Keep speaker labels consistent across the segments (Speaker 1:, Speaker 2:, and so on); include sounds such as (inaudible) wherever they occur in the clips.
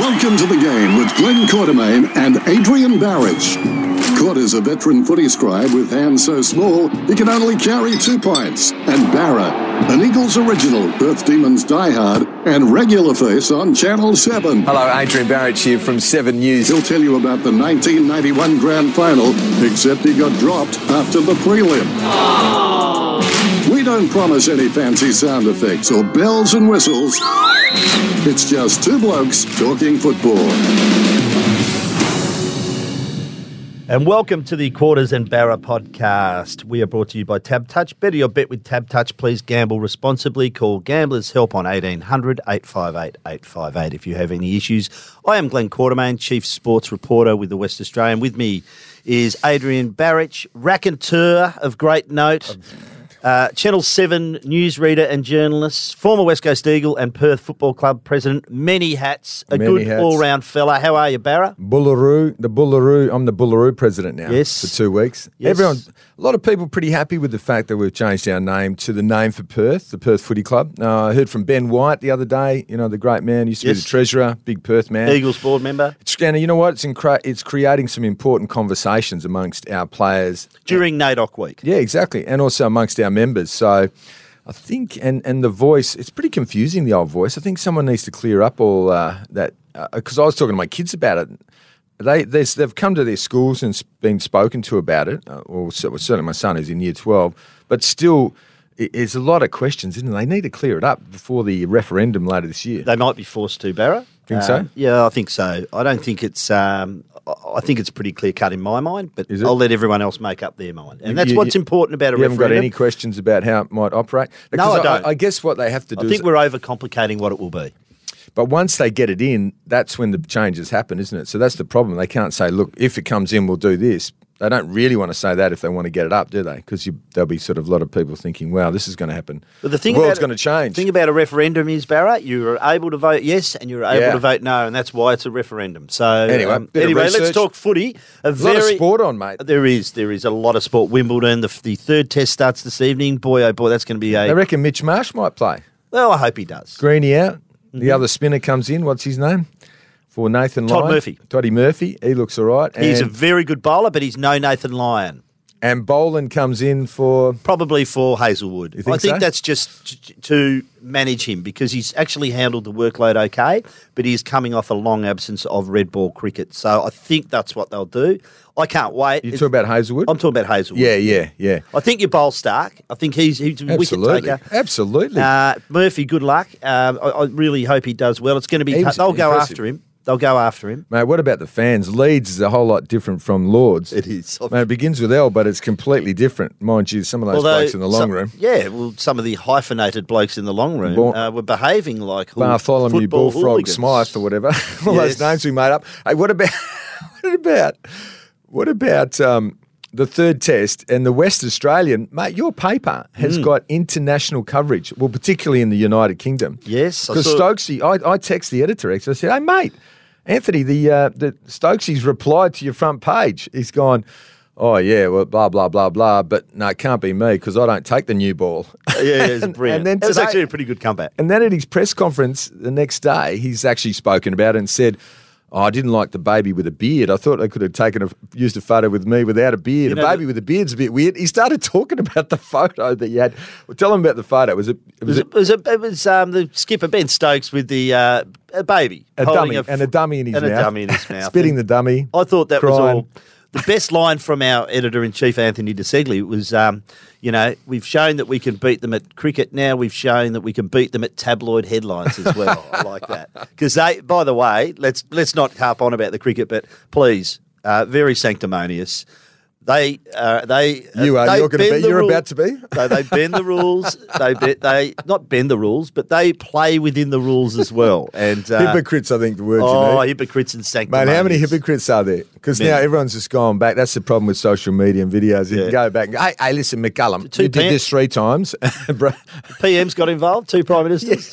Speaker 1: Welcome to the game with Glenn Quatermain and Adrian Barrage. Quater's a veteran footy scribe with hands so small he can only carry two pints. And Barra, an Eagles original, Earth Demons diehard, and regular face on Channel 7.
Speaker 2: Hello, Adrian Barrett here from Seven News.
Speaker 1: He'll tell you about the 1991 grand final, except he got dropped after the prelim. We don't promise any fancy sound effects or bells and whistles. It's just two blokes talking football.
Speaker 3: And welcome to the Quarters and Barra podcast. We are brought to you by Tab Touch. Better your bet with Tab Touch. Please gamble responsibly. Call Gamblers Help on 1800 858 858 if you have any issues. I am Glenn Quartermain, Chief Sports Reporter with the West Australian. With me is Adrian Barrich, raconteur of great note, uh, Channel 7 newsreader and journalist, former West Coast Eagle and Perth Football Club president. Many hats, a
Speaker 4: Many
Speaker 3: good
Speaker 4: hats.
Speaker 3: all round fella. How are you, Barra?
Speaker 4: Bullaroo, the Bullaroo. I'm the Bullaroo president now.
Speaker 3: Yes.
Speaker 4: for two weeks.
Speaker 3: Yes.
Speaker 4: Everyone, a lot of people, pretty happy with the fact that we've changed our name to the name for Perth, the Perth Footy Club. Uh, I heard from Ben White the other day. You know, the great man used to be
Speaker 3: Yes.
Speaker 4: the treasurer, big Perth man.
Speaker 3: Eagles board member.
Speaker 4: It's, and you know what? It's in cre- it's creating some important conversations amongst our players.
Speaker 3: during NAIDOC week.
Speaker 4: Yeah, exactly, and also amongst our members. So. I think, and, and the voice, it's pretty confusing, the old voice. I think someone needs to clear up all uh, that, because I was talking to my kids about it. They, they, they've come to their schools and s- been spoken to about it, uh, or cer- well, certainly my son who's in year 12, but still, i it's a lot of questions, isn't it? They need to clear it up before the referendum later this year.
Speaker 3: They might be forced to, Barra.
Speaker 4: Think so?
Speaker 3: Um, Yeah, I think so. I don't think it's. Um, I- I think it's pretty clear cut in my mind, but
Speaker 4: Is it?
Speaker 3: I'll let everyone else make up their mind, and that's
Speaker 4: you-
Speaker 3: what's
Speaker 4: you-
Speaker 3: important about a
Speaker 4: you haven't
Speaker 3: referendum.
Speaker 4: got any questions about how it might operate? Because
Speaker 3: I don't.
Speaker 4: I, guess what they have to do
Speaker 3: I
Speaker 4: is
Speaker 3: think we're overcomplicating what it will be.
Speaker 4: But once they get it in, that's when the changes happen, isn't it? So that's the problem. They can't say, look, if it comes in, we'll do this. They don't really want to say that if they want to get it up, do they? Because there'll be sort of a lot of people thinking, wow, this is going to happen.
Speaker 3: But the thing
Speaker 4: world's
Speaker 3: about
Speaker 4: going to change.
Speaker 3: Thing about a referendum is Barra, you were able to vote yes, and you were able
Speaker 4: Yeah.
Speaker 3: to vote no, and that's why it's a referendum. So um,
Speaker 4: Anyway, bit of
Speaker 3: anyway, let's
Speaker 4: research.
Speaker 3: talk footy.
Speaker 4: a
Speaker 3: A,
Speaker 4: lot
Speaker 3: very
Speaker 4: of sport on, mate.
Speaker 3: There is there is a lot of sport. Wimbledon. The, the third test starts this evening. Boy, oh boy, that's going to be
Speaker 4: They
Speaker 3: a.
Speaker 4: reckon Mitch Marsh might play.
Speaker 3: Well, I hope he does.
Speaker 4: Greeny out. The other spinner comes in. What's his name? For Nathan
Speaker 3: Mm-hmm. Todd
Speaker 4: Lyon.
Speaker 3: Murphy.
Speaker 4: Toddy Murphy. He looks all right.
Speaker 3: He's a
Speaker 4: and,
Speaker 3: very good bowler, but he's no Nathan Lyon.
Speaker 4: and Boland comes in for.
Speaker 3: Probably for Hazelwood.
Speaker 4: think
Speaker 3: I think
Speaker 4: so?
Speaker 3: that's just t- to manage him because he's actually handled the workload okay, but he's coming off a long absence of red ball cricket. So I think that's what they'll do. I can't wait.
Speaker 4: You
Speaker 3: It's-
Speaker 4: talk about Hazelwood?
Speaker 3: I'm talking about Hazelwood.
Speaker 4: yeah, yeah, yeah.
Speaker 3: I think you bowl Stark. I think he's he's a wicket
Speaker 4: Absolutely.
Speaker 3: taker.
Speaker 4: Absolutely.
Speaker 3: Uh, Murphy, good luck. Um, I, I really hope he does well. It's going to be.
Speaker 4: He's
Speaker 3: they'll go
Speaker 4: impressive.
Speaker 3: after him. They'll go after him.
Speaker 4: Mate, what about the fans? Leeds is a whole lot different from Lords.
Speaker 3: It is.
Speaker 4: Mate, it begins with L, but it's completely different. Mind you, some of those blokes in the long
Speaker 3: some-
Speaker 4: room.
Speaker 3: Yeah, well, some of the hyphenated blokes in the long room
Speaker 4: Bo-
Speaker 3: uh, were behaving like hool-
Speaker 4: Bartholomew
Speaker 3: football
Speaker 4: Bullfrog
Speaker 3: hooligans.
Speaker 4: Smythe or whatever. (laughs) All
Speaker 3: Yes.
Speaker 4: those names we made up. Hey, what about (laughs) what about what about um, the third test and the West Australian? Mate, your paper has
Speaker 3: Hmm.
Speaker 4: got international coverage. Well, particularly in the United Kingdom.
Speaker 3: Yes, I
Speaker 4: Because
Speaker 3: saw-
Speaker 4: Stokesy, I, I text the editor actually. I said, "Hey, mate, Anthony, the uh, the Stokesy's replied to your front page. He's gone." Oh yeah, well, blah blah blah blah, but no, it can't be me because I don't take the new ball.
Speaker 3: (laughs) Yeah, yeah, it
Speaker 4: (laughs)
Speaker 3: was
Speaker 4: And-
Speaker 3: brilliant.
Speaker 4: and then
Speaker 3: it was
Speaker 4: today-
Speaker 3: actually a pretty good comeback.
Speaker 4: and then at his press conference the next day, he's actually spoken about it and said, oh, I didn't like the baby with a beard. I thought they could have taken a, used a photo with me without a beard.
Speaker 3: You
Speaker 4: a
Speaker 3: know,
Speaker 4: baby
Speaker 3: the-
Speaker 4: with a beard's a bit weird. He started (laughs) talking about the photo that you had. Well, tell him about the photo. Was it?
Speaker 3: It was,
Speaker 4: Was it
Speaker 3: it was, a- it was um, the skipper Ben Stokes with the uh, a baby,
Speaker 4: a
Speaker 3: holding
Speaker 4: dummy
Speaker 3: f-
Speaker 4: and a dummy in his
Speaker 3: and
Speaker 4: mouth.
Speaker 3: a dummy in
Speaker 4: (laughs)
Speaker 3: his mouth,
Speaker 4: Spitting
Speaker 3: And
Speaker 4: the dummy.
Speaker 3: I thought that
Speaker 4: crying.
Speaker 3: was all. (laughs) The best line from our editor in chief, Anthony DeSegli, was, um, you know, we've shown that we can beat them at cricket. Now we've shown that we can beat them at tabloid headlines
Speaker 4: (laughs)
Speaker 3: as well. I like that because they. By the way, let's let's not harp on about the cricket, but please, uh, very sanctimonious. They, uh, they, uh,
Speaker 4: You are-
Speaker 3: they
Speaker 4: you're gonna
Speaker 3: bend
Speaker 4: be-
Speaker 3: the
Speaker 4: you're
Speaker 3: rule-
Speaker 4: about to be.
Speaker 3: so (laughs) they bend the rules. They be, they not bend the rules, but they play within the rules as well. And uh,
Speaker 4: Hypocrites, I think the word you
Speaker 3: Oh,
Speaker 4: need.
Speaker 3: hypocrites and
Speaker 4: Mate,
Speaker 3: sanctimonious.
Speaker 4: how many hypocrites are there? Because
Speaker 3: Many.
Speaker 4: now everyone's just gone back. That's the problem with social media and videos. You
Speaker 3: Yeah.
Speaker 4: can go back and go, hey, hey, listen, McCullum,
Speaker 3: Two
Speaker 4: you did
Speaker 3: pants.
Speaker 4: this three times. (laughs) Bro,
Speaker 3: PMs got involved, two prime ministers.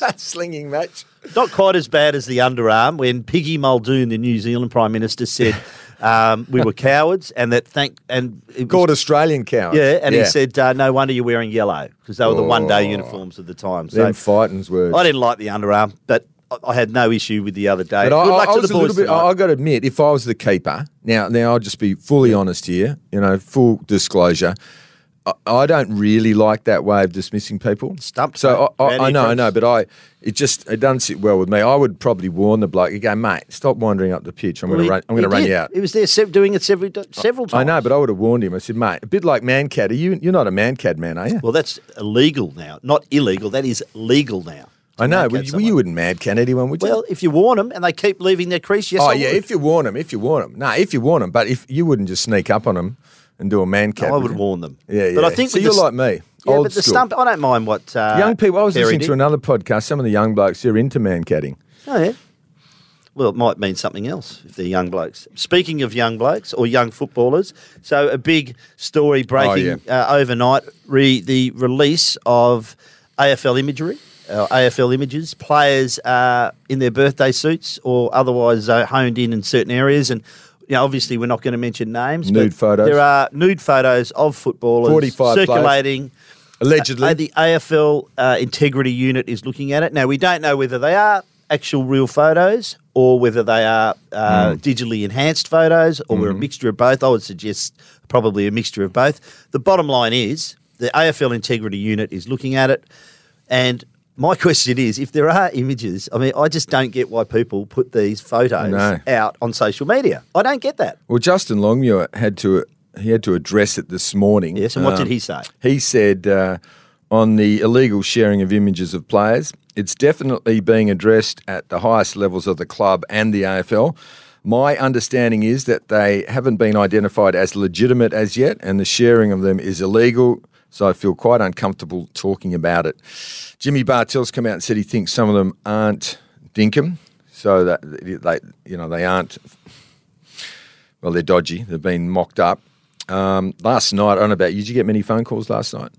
Speaker 4: (laughs) yeah, slinging match.
Speaker 3: Not quite as bad as the underarm when Piggy Muldoon, the New Zealand prime minister, said um, we were cowards and that thank and it was-
Speaker 4: Called Australian cowards.
Speaker 3: yeah, and he said uh, no wonder you're
Speaker 4: Oh.
Speaker 3: wearing yellow because they were the one day uniforms of the time. So
Speaker 4: Them fightings were.
Speaker 3: I didn't like the underarm, but I- I had no issue with the other day.
Speaker 4: But I,
Speaker 3: Good
Speaker 4: I-
Speaker 3: luck
Speaker 4: I
Speaker 3: to the
Speaker 4: was a
Speaker 3: boys
Speaker 4: little bit. I,
Speaker 3: tonight.
Speaker 4: I got to admit, if I was the keeper, now now I'll just be fully honest here. You know, full disclosure. I, I don't really like that way of dismissing people.
Speaker 3: Stumped, mate.
Speaker 4: So I, I,
Speaker 3: Randy
Speaker 4: I know, I
Speaker 3: Cripps.
Speaker 4: know, but I it just it doesn't sit well with me. I would probably warn the bloke. You go, mate, stop wandering up the pitch. I'm going
Speaker 3: He-
Speaker 4: to run. I'm
Speaker 3: he
Speaker 4: going to run
Speaker 3: did.
Speaker 4: you out.
Speaker 3: He was there se- doing it several, several
Speaker 4: I
Speaker 3: times.
Speaker 4: know, but I would have warned him. I said, mate, a bit like Mancat. Are you? You're not a Mancat man, are you?
Speaker 3: Well, that's illegal now. Not illegal. That is legal now.
Speaker 4: I know. Well,
Speaker 3: Mad cat
Speaker 4: you, well,
Speaker 3: someone.
Speaker 4: you wouldn't mad can anyone, would you?
Speaker 3: Well, if you warn them and they keep leaving their crease, yes,
Speaker 4: oh
Speaker 3: I
Speaker 4: yeah,
Speaker 3: would.
Speaker 4: if you warn them, if you warn them. No, if you warn them, but if you wouldn't just sneak up on them and do a man
Speaker 3: No,
Speaker 4: cat.
Speaker 3: I
Speaker 4: would
Speaker 3: would
Speaker 4: you?
Speaker 3: warn them.
Speaker 4: Yeah, yeah.
Speaker 3: But I think
Speaker 4: so
Speaker 3: with
Speaker 4: you're
Speaker 3: the
Speaker 4: like
Speaker 3: s-
Speaker 4: me,
Speaker 3: Yeah,
Speaker 4: old
Speaker 3: but the
Speaker 4: school.
Speaker 3: stump. I don't mind what uh,
Speaker 4: young people. I was
Speaker 3: Perry
Speaker 4: listening to
Speaker 3: did.
Speaker 4: another podcast. Some of the young blokes who are into man catting.
Speaker 3: Oh, yeah. Well, it might mean something else if they're young blokes. Speaking of young blokes or young footballers, so a big
Speaker 4: Oh,
Speaker 3: story breaking uh, overnight re- the release of AFL imagery, uh, AFL images, players uh, in their birthday suits or otherwise uh, honed in in certain areas. And you know, obviously, we're not going to mention names. but
Speaker 4: Nude photos.
Speaker 3: There are nude photos of footballers
Speaker 4: 45 players.
Speaker 3: circulating.
Speaker 4: Allegedly,
Speaker 3: Uh, the AFL uh, integrity unit is looking at it. Now, we don't know whether they are actual real photos or whether they are
Speaker 4: Hmm.
Speaker 3: uh, digitally enhanced photos or we're a mixture of both. I would suggest probably a mixture of both. The bottom line is the AFL integrity unit is looking at it. And my (laughs) question is if there are images, I mean, I just don't get why people put these photos
Speaker 4: No.
Speaker 3: out on social media. I don't get that.
Speaker 4: well, Justin Longmuir had to he had to address it this morning.
Speaker 3: Yes. And what did
Speaker 4: Um,
Speaker 3: he say?
Speaker 4: He said uh, on the illegal sharing of images of players, it's definitely being addressed at the highest levels of the club and the AFL. My understanding is that they haven't been identified as legitimate as yet, and the sharing of them is illegal. So I feel quite uncomfortable talking about it. Jimmy Bartels come out and said he thinks some of them aren't dinkum, so that they, you know, they aren't well, they're dodgy. They've been mocked up. Um, last night, I don't know about you. Did you get many phone calls last night?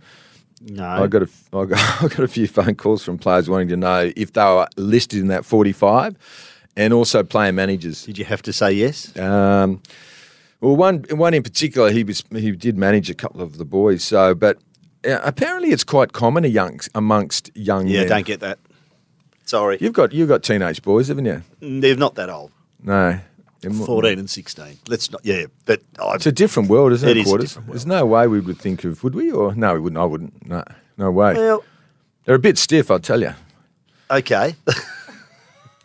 Speaker 3: No.
Speaker 4: I got a, (laughs) I got, I got a few phone calls from players wanting to know if they were listed in that forty-five, and also player managers.
Speaker 3: did you have to say yes?
Speaker 4: Um, well, one one in particular, he was he did manage a couple of the boys. So, but uh, apparently, it's quite common amongst amongst young
Speaker 3: Yeah,
Speaker 4: men.
Speaker 3: don't get that. Sorry.
Speaker 4: You've got you've got teenage boys, haven't you?
Speaker 3: They're not that old.
Speaker 4: No, They're more-
Speaker 3: 14 and 16. Let's not, yeah, but I,
Speaker 4: It's a different world, isn't it?
Speaker 3: It is a
Speaker 4: quarters?
Speaker 3: different
Speaker 4: There's no way we would think of, would we? Or no, we wouldn't. I wouldn't. No, no way.
Speaker 3: well,
Speaker 4: They're a bit stiff, I'll tell you. (laughs)
Speaker 3: okay.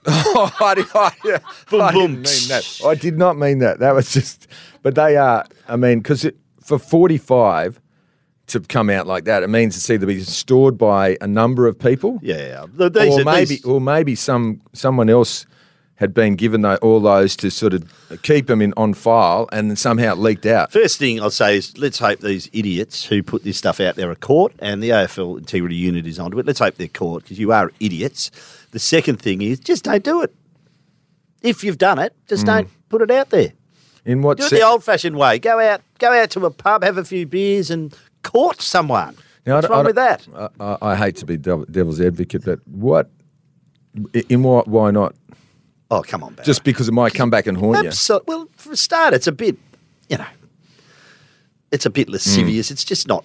Speaker 4: Oh, I, did, I, yeah, (laughs)
Speaker 3: Boom,
Speaker 4: I
Speaker 3: boom.
Speaker 4: didn't
Speaker 3: (laughs)
Speaker 4: mean that. I did not mean that. That was just. But they are. I mean, because for 45 to come out like that, it means it's either been stored by a number of people,
Speaker 3: yeah. The- These
Speaker 4: or
Speaker 3: are,
Speaker 4: maybe,
Speaker 3: these-
Speaker 4: or maybe some someone else had been given tho- all those to sort of keep them in on file, and then somehow it leaked out.
Speaker 3: first thing I'll say is let's hope these idiots who put this stuff out there are caught and the AFL integrity unit is onto it. Let's hope they're caught because you are idiots. The second thing is just don't do it. If you've done it, just don't put it out there.
Speaker 4: In what?
Speaker 3: Do it
Speaker 4: Mm. se-
Speaker 3: the old fashioned way. Go out, go out to a pub, have a few beers and court someone.
Speaker 4: Now, I
Speaker 3: What's
Speaker 4: don't- I
Speaker 3: wrong with that?
Speaker 4: don't- I, I, I hate to be devil, devil's advocate, but what? In what? Why not?
Speaker 3: Oh, come on, Barry.
Speaker 4: Just because it might come back and haunt you.
Speaker 3: Absolutely. Well, for a start, it's a bit, you know, it's a bit lascivious. It's just not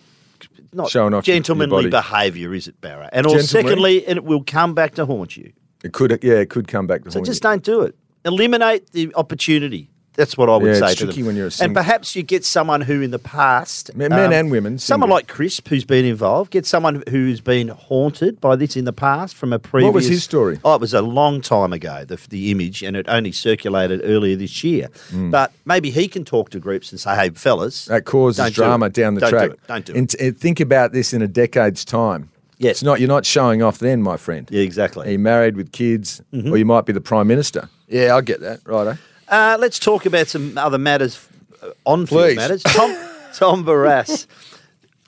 Speaker 3: not
Speaker 4: Showing off your- your
Speaker 3: gentlemanly
Speaker 4: body.
Speaker 3: behaviour, is it, Barra? And all
Speaker 4: Gentlemanly?
Speaker 3: secondly, and it will come back to haunt you.
Speaker 4: It could, yeah, it could come back to
Speaker 3: So
Speaker 4: haunt
Speaker 3: just
Speaker 4: you.
Speaker 3: don't do it. Eliminate the opportunity. That's what I would
Speaker 4: Yeah,
Speaker 3: say
Speaker 4: it's
Speaker 3: to them.
Speaker 4: tricky when you're a
Speaker 3: and
Speaker 4: sing-
Speaker 3: perhaps you get someone who, in the past, um,
Speaker 4: Men- men and women,
Speaker 3: someone
Speaker 4: single.
Speaker 3: like Crisp, who's been involved, get someone who's been haunted by this in the past from a previous.
Speaker 4: was his story?
Speaker 3: Oh, it was a long time ago. The, the image, and it only circulated earlier this year. But maybe he can talk to groups and say, "Hey, fellas,
Speaker 4: Mm. That causes
Speaker 3: don't do
Speaker 4: drama
Speaker 3: it.
Speaker 4: down the
Speaker 3: Don't
Speaker 4: track.
Speaker 3: Do it. Don't do it.
Speaker 4: and, t- and think about this in a decade's time.
Speaker 3: Yeah.
Speaker 4: It's not. You're not showing off then, my friend.
Speaker 3: Yeah, Mm-hmm. exactly.
Speaker 4: Are you married with kids, or you might be the prime minister. Yeah, I get that. Righto.
Speaker 3: Uh, let's talk about some other matters, uh, on-field
Speaker 4: Please.
Speaker 3: matters.
Speaker 4: (laughs)
Speaker 3: Tom, Tom Barras.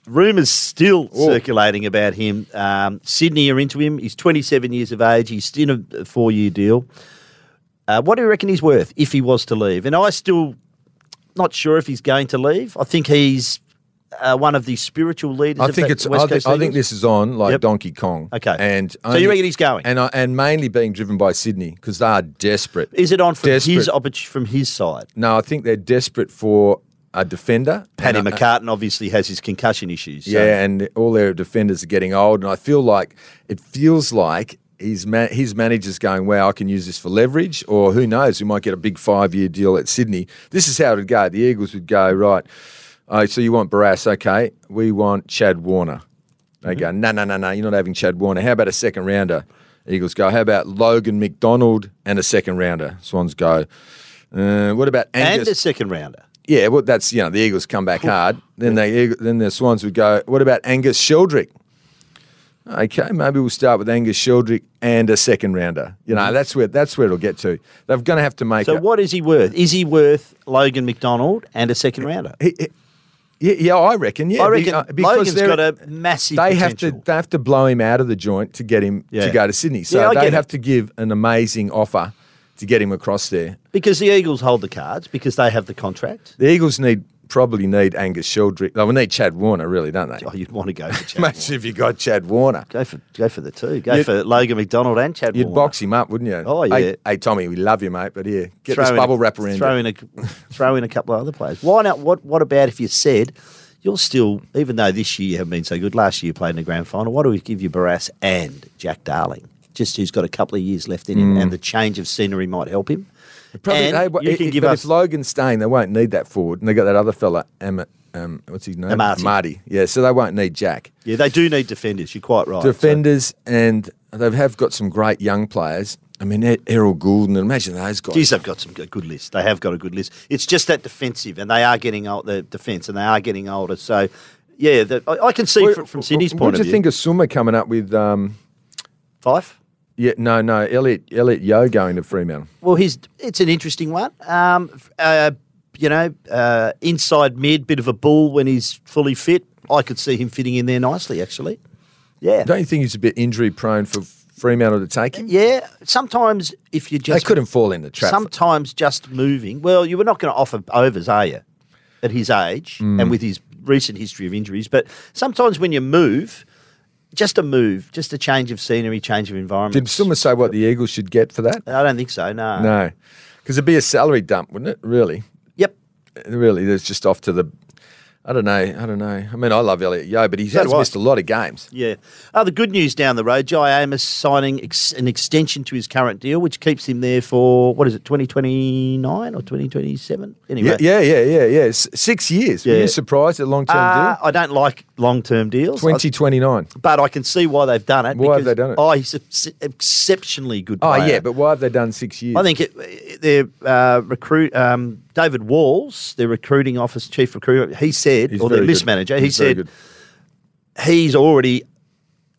Speaker 3: Rumours still
Speaker 4: Oh.
Speaker 3: circulating about him. Um, Sydney are into him. He's 27 years of age. He's in a four-year deal. Uh, what do you reckon he's worth if he was to leave? And I still not sure if he's going to leave. I think he's uh, one of the spiritual leaders.
Speaker 4: I
Speaker 3: of
Speaker 4: think
Speaker 3: the
Speaker 4: it's.
Speaker 3: West
Speaker 4: I think,
Speaker 3: Coast
Speaker 4: I think
Speaker 3: Eagles.
Speaker 4: this is on like
Speaker 3: Yep.
Speaker 4: Donkey Kong.
Speaker 3: Okay.
Speaker 4: And
Speaker 3: So you reckon he's going?
Speaker 4: And I, and mainly being driven by Sydney because they are desperate.
Speaker 3: Is it on from his
Speaker 4: Desperate.
Speaker 3: oppor- from his side?
Speaker 4: No, I think they're desperate for a defender.
Speaker 3: Paddy
Speaker 4: And, uh,
Speaker 3: McCartan obviously has his concussion issues. so-
Speaker 4: Yeah, and all their defenders are getting old, and I feel like it feels like his man, his manager's going, wow, I can use this for leverage, or who knows, we might get a big five year deal at Sydney. This is how it would go. The Eagles would go, right, oh, so you want Barras, okay, we want Chad Warner. They
Speaker 3: Mm-hmm.
Speaker 4: go, no, no, no, no, you're not having Chad Warner. How about a second rounder? Eagles go, how about Logan McDonald and a second rounder? Swans go, uh, what about
Speaker 3: and
Speaker 4: Angus?
Speaker 3: a second rounder.
Speaker 4: Yeah, well, that's you know the Eagles come back hard. Then they then the Swans would go. What about Angus Sheldrick? Okay, maybe we'll start with Angus Sheldrick and a second rounder. You know, that's where that's where it'll get to. They're going to have to make.
Speaker 3: Mm-hmm.
Speaker 4: a-
Speaker 3: So what is he worth? Is he worth Logan McDonald and a second rounder?
Speaker 4: He- he- yeah, yeah, I reckon. Yeah,
Speaker 3: I
Speaker 4: be-
Speaker 3: reckon
Speaker 4: uh,
Speaker 3: Logan's
Speaker 4: they're-
Speaker 3: got a massive
Speaker 4: They have
Speaker 3: potential.
Speaker 4: to they have to blow him out of the joint to get him
Speaker 3: Yeah.
Speaker 4: to go to Sydney. So
Speaker 3: Yeah, I
Speaker 4: they
Speaker 3: get it.
Speaker 4: have to give an amazing offer to get him across there.
Speaker 3: because the Eagles hold the cards because they have the contract.
Speaker 4: The Eagles need probably need Angus Sheldrick. They will need Chad Warner, really, don't they?
Speaker 3: Oh, you'd want to go
Speaker 4: (laughs)
Speaker 3: for Chad. Warner.
Speaker 4: Imagine if you got Chad Warner.
Speaker 3: Go for go for the two. Go
Speaker 4: You'd-
Speaker 3: for Logan McDonald and Chad.
Speaker 4: You'd
Speaker 3: Warner.
Speaker 4: box him up, wouldn't you?
Speaker 3: Oh, yeah.
Speaker 4: Hey, hey, Tommy, we love you, mate, but here, get this
Speaker 3: in-
Speaker 4: bubble wrap around.
Speaker 3: Throw
Speaker 4: it. (laughs)
Speaker 3: in a throw in a couple of other players. Why not? What What about if you said you're still, even though this year you haven't been so good, last year you played in the grand final. Why do we give you Barras and Jack Darling? Just who's got a couple of years left in him, and the change of scenery might help him. and
Speaker 4: they-
Speaker 3: you can
Speaker 4: it-
Speaker 3: give
Speaker 4: Mm. but
Speaker 3: us
Speaker 4: if Logan's staying, they won't need that forward, and they got that other fella, Emmett. Um, what's his name?
Speaker 3: Amati.
Speaker 4: Yeah, so they won't need Jack.
Speaker 3: Yeah, they do need defenders. You're quite right.
Speaker 4: Defenders, and they have got some great young players. I mean, Er- Errol Goulden, imagine those guys.
Speaker 3: So, geez, they've got some good good list. They have got a good list. It's just that defensive, and they are getting old. The defence, and they are getting older. So, yeah, the, I, I can see
Speaker 4: What-
Speaker 3: fr- from Sydney's
Speaker 4: what,
Speaker 3: point
Speaker 4: do
Speaker 3: of
Speaker 4: you
Speaker 3: view.
Speaker 4: think of Summer coming up with? Um,
Speaker 3: Five.
Speaker 4: yeah, no, no, Elliot, Elliot Yo going to Fremantle.
Speaker 3: Well, he's it's an interesting one. Um, f- uh, you know, uh, inside mid, bit of a bull when he's fully fit. I could see him fitting in there nicely, actually. Yeah,
Speaker 4: Don't you think he's a bit injury prone for Fremantle to take him?
Speaker 3: yeah. Sometimes if you
Speaker 4: They
Speaker 3: just
Speaker 4: couldn't fall in the trap.
Speaker 3: sometimes just moving. Well, you were not going to offer overs, are you? At his age
Speaker 4: Mm.
Speaker 3: and with his recent history of injuries, but sometimes when you move, just a move, just a change of scenery, change of environment.
Speaker 4: Did Summer say what the Eagles should get for that?
Speaker 3: I don't think so. No.
Speaker 4: No, because it'd be a salary dump, wouldn't it? Really,
Speaker 3: Yep.
Speaker 4: really. There's just off to the. I don't know. I don't know. I mean, I love Elliot Yo, but he
Speaker 3: So
Speaker 4: has
Speaker 3: do I.
Speaker 4: missed a lot of games.
Speaker 3: Yeah. Other good news down the road: Jai Amos signing ex- an extension to his current deal, which keeps him there for what is it, twenty twenty nine or twenty twenty seven? Anyway,
Speaker 4: Yeah, yeah, yeah, yeah, yeah. S- six years. Were
Speaker 3: Yeah.
Speaker 4: you surprised at long term
Speaker 3: Uh,
Speaker 4: deal?
Speaker 3: I don't like long term deals.
Speaker 4: Twenty Oh, twenty nine.
Speaker 3: I- but I can see why they've done it.
Speaker 4: Why have
Speaker 3: because-
Speaker 4: they done it?
Speaker 3: Oh, he's ex- exceptionally good.
Speaker 4: Oh
Speaker 3: player.
Speaker 4: yeah, but why have they done six years?
Speaker 3: I think it, it- their uh, recruit um, David Walls, their recruiting office chief recruiter, he said,
Speaker 4: He's
Speaker 3: or their
Speaker 4: very
Speaker 3: list
Speaker 4: good.
Speaker 3: manager, he
Speaker 4: He's very
Speaker 3: said
Speaker 4: good.
Speaker 3: he's already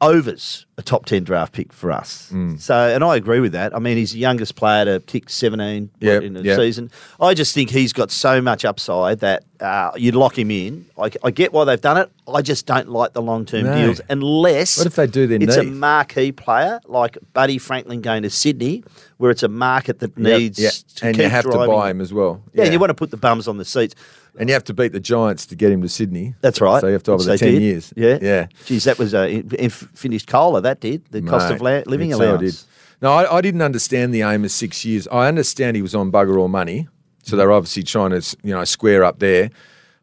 Speaker 3: overs a top 10 draft pick for us.
Speaker 4: Mm.
Speaker 3: So, and I agree with that. I mean, he's the youngest player to kick 17
Speaker 4: Yep,
Speaker 3: in a
Speaker 4: yep.
Speaker 3: season. I just think he's got so much upside that uh, you'd lock him in. I, I get why they've done it. I just don't like the long term
Speaker 4: No.
Speaker 3: deals unless
Speaker 4: What if they do their
Speaker 3: it's a
Speaker 4: need?
Speaker 3: marquee player like Buddy Franklin going to Sydney, where it's a market
Speaker 4: Yep,
Speaker 3: that needs
Speaker 4: yeah.
Speaker 3: to
Speaker 4: and you
Speaker 3: keep
Speaker 4: have to
Speaker 3: driving
Speaker 4: buy
Speaker 3: it.
Speaker 4: him as well.
Speaker 3: Yeah, and you want to put the bums on the seats.
Speaker 4: and you have to beat the Giants to get him to Sydney.
Speaker 3: That's right.
Speaker 4: So you have to have
Speaker 3: Which
Speaker 4: the ten
Speaker 3: they did.
Speaker 4: years.
Speaker 3: Yeah,
Speaker 4: yeah.
Speaker 3: Geez, that was a in, in- finished cola. That did the cost of la-
Speaker 4: Mate,
Speaker 3: living
Speaker 4: it's so I
Speaker 3: allowance.
Speaker 4: did. No, I, I didn't understand the aim of six years. I understand he was on bugger all money,
Speaker 3: Mm-hmm.
Speaker 4: so they're obviously trying to you know square up there.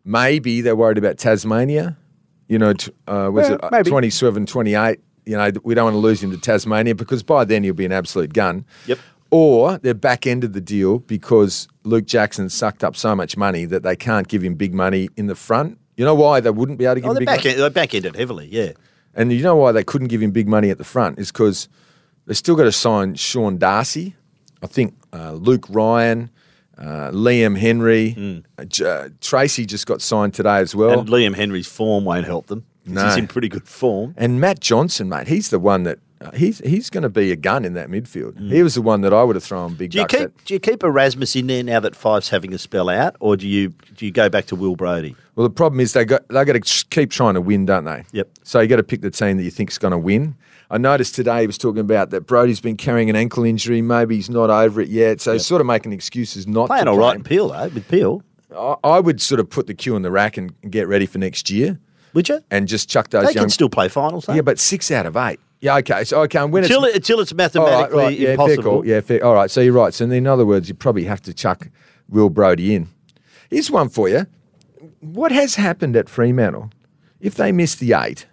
Speaker 4: Maybe they're worried about Tasmania. You know, t- uh, was
Speaker 3: Well,
Speaker 4: it uh,
Speaker 3: Eh, maybe.
Speaker 4: 27, 28? You know, th- we don't want to lose him to Tasmania because by then he'll be an absolute gun.
Speaker 3: Yep.
Speaker 4: Or they're back ended the deal because Luke Jackson sucked up so much money that they can't give him big money in the front. You know why they wouldn't be able to give
Speaker 3: Oh,
Speaker 4: him
Speaker 3: they
Speaker 4: big
Speaker 3: back
Speaker 4: money?
Speaker 3: end, they back ended heavily. Yeah,
Speaker 4: And you know why they couldn't give him big money at the front is because they still got to sign Sean Darcy, I think uh, Luke Ryan, uh, Liam Henry, uh, J- uh, Tracy just got signed today as well,
Speaker 3: Hmm. and Liam Henry's form won't help them. 'cause
Speaker 4: No.
Speaker 3: He's in pretty good form.
Speaker 4: And Matt Johnson, mate. He's the one that uh, he's he's going to be a gun in that midfield. He was the one that I would have thrown big.
Speaker 3: Hmm. Do you
Speaker 4: bucks
Speaker 3: keep
Speaker 4: at.
Speaker 3: do you keep Erasmus in there now that Five's having a spell out, or do you do you go back to Will Brody?
Speaker 4: Well, the problem is they got they got to keep trying to win, don't they?
Speaker 3: Yep.
Speaker 4: So you got to pick the team that you think's going to win. I noticed today he was talking about that Brody's been carrying an ankle injury. Maybe he's not over it yet. So he's sort of making excuses not
Speaker 3: Playing
Speaker 4: to
Speaker 3: all
Speaker 4: play
Speaker 3: right in
Speaker 4: him.
Speaker 3: Peel though with Peel,
Speaker 4: I, I would sort of put the queue in the rack and, and get ready for next year,
Speaker 3: would you?
Speaker 4: and just chuck those
Speaker 3: They
Speaker 4: young.
Speaker 3: can still play finals. Though.
Speaker 4: yeah, but six out of eight. Yeah, okay. So okay, and when
Speaker 3: until
Speaker 4: it's
Speaker 3: it, until it's
Speaker 4: all right,
Speaker 3: mathematically
Speaker 4: right, yeah,
Speaker 3: impossible.
Speaker 4: Fair call, yeah, fair. All right. So you're right. So in other words, you probably have to chuck Will Brody in. Here's one for you. What has happened at Fremantle? If they miss the eight,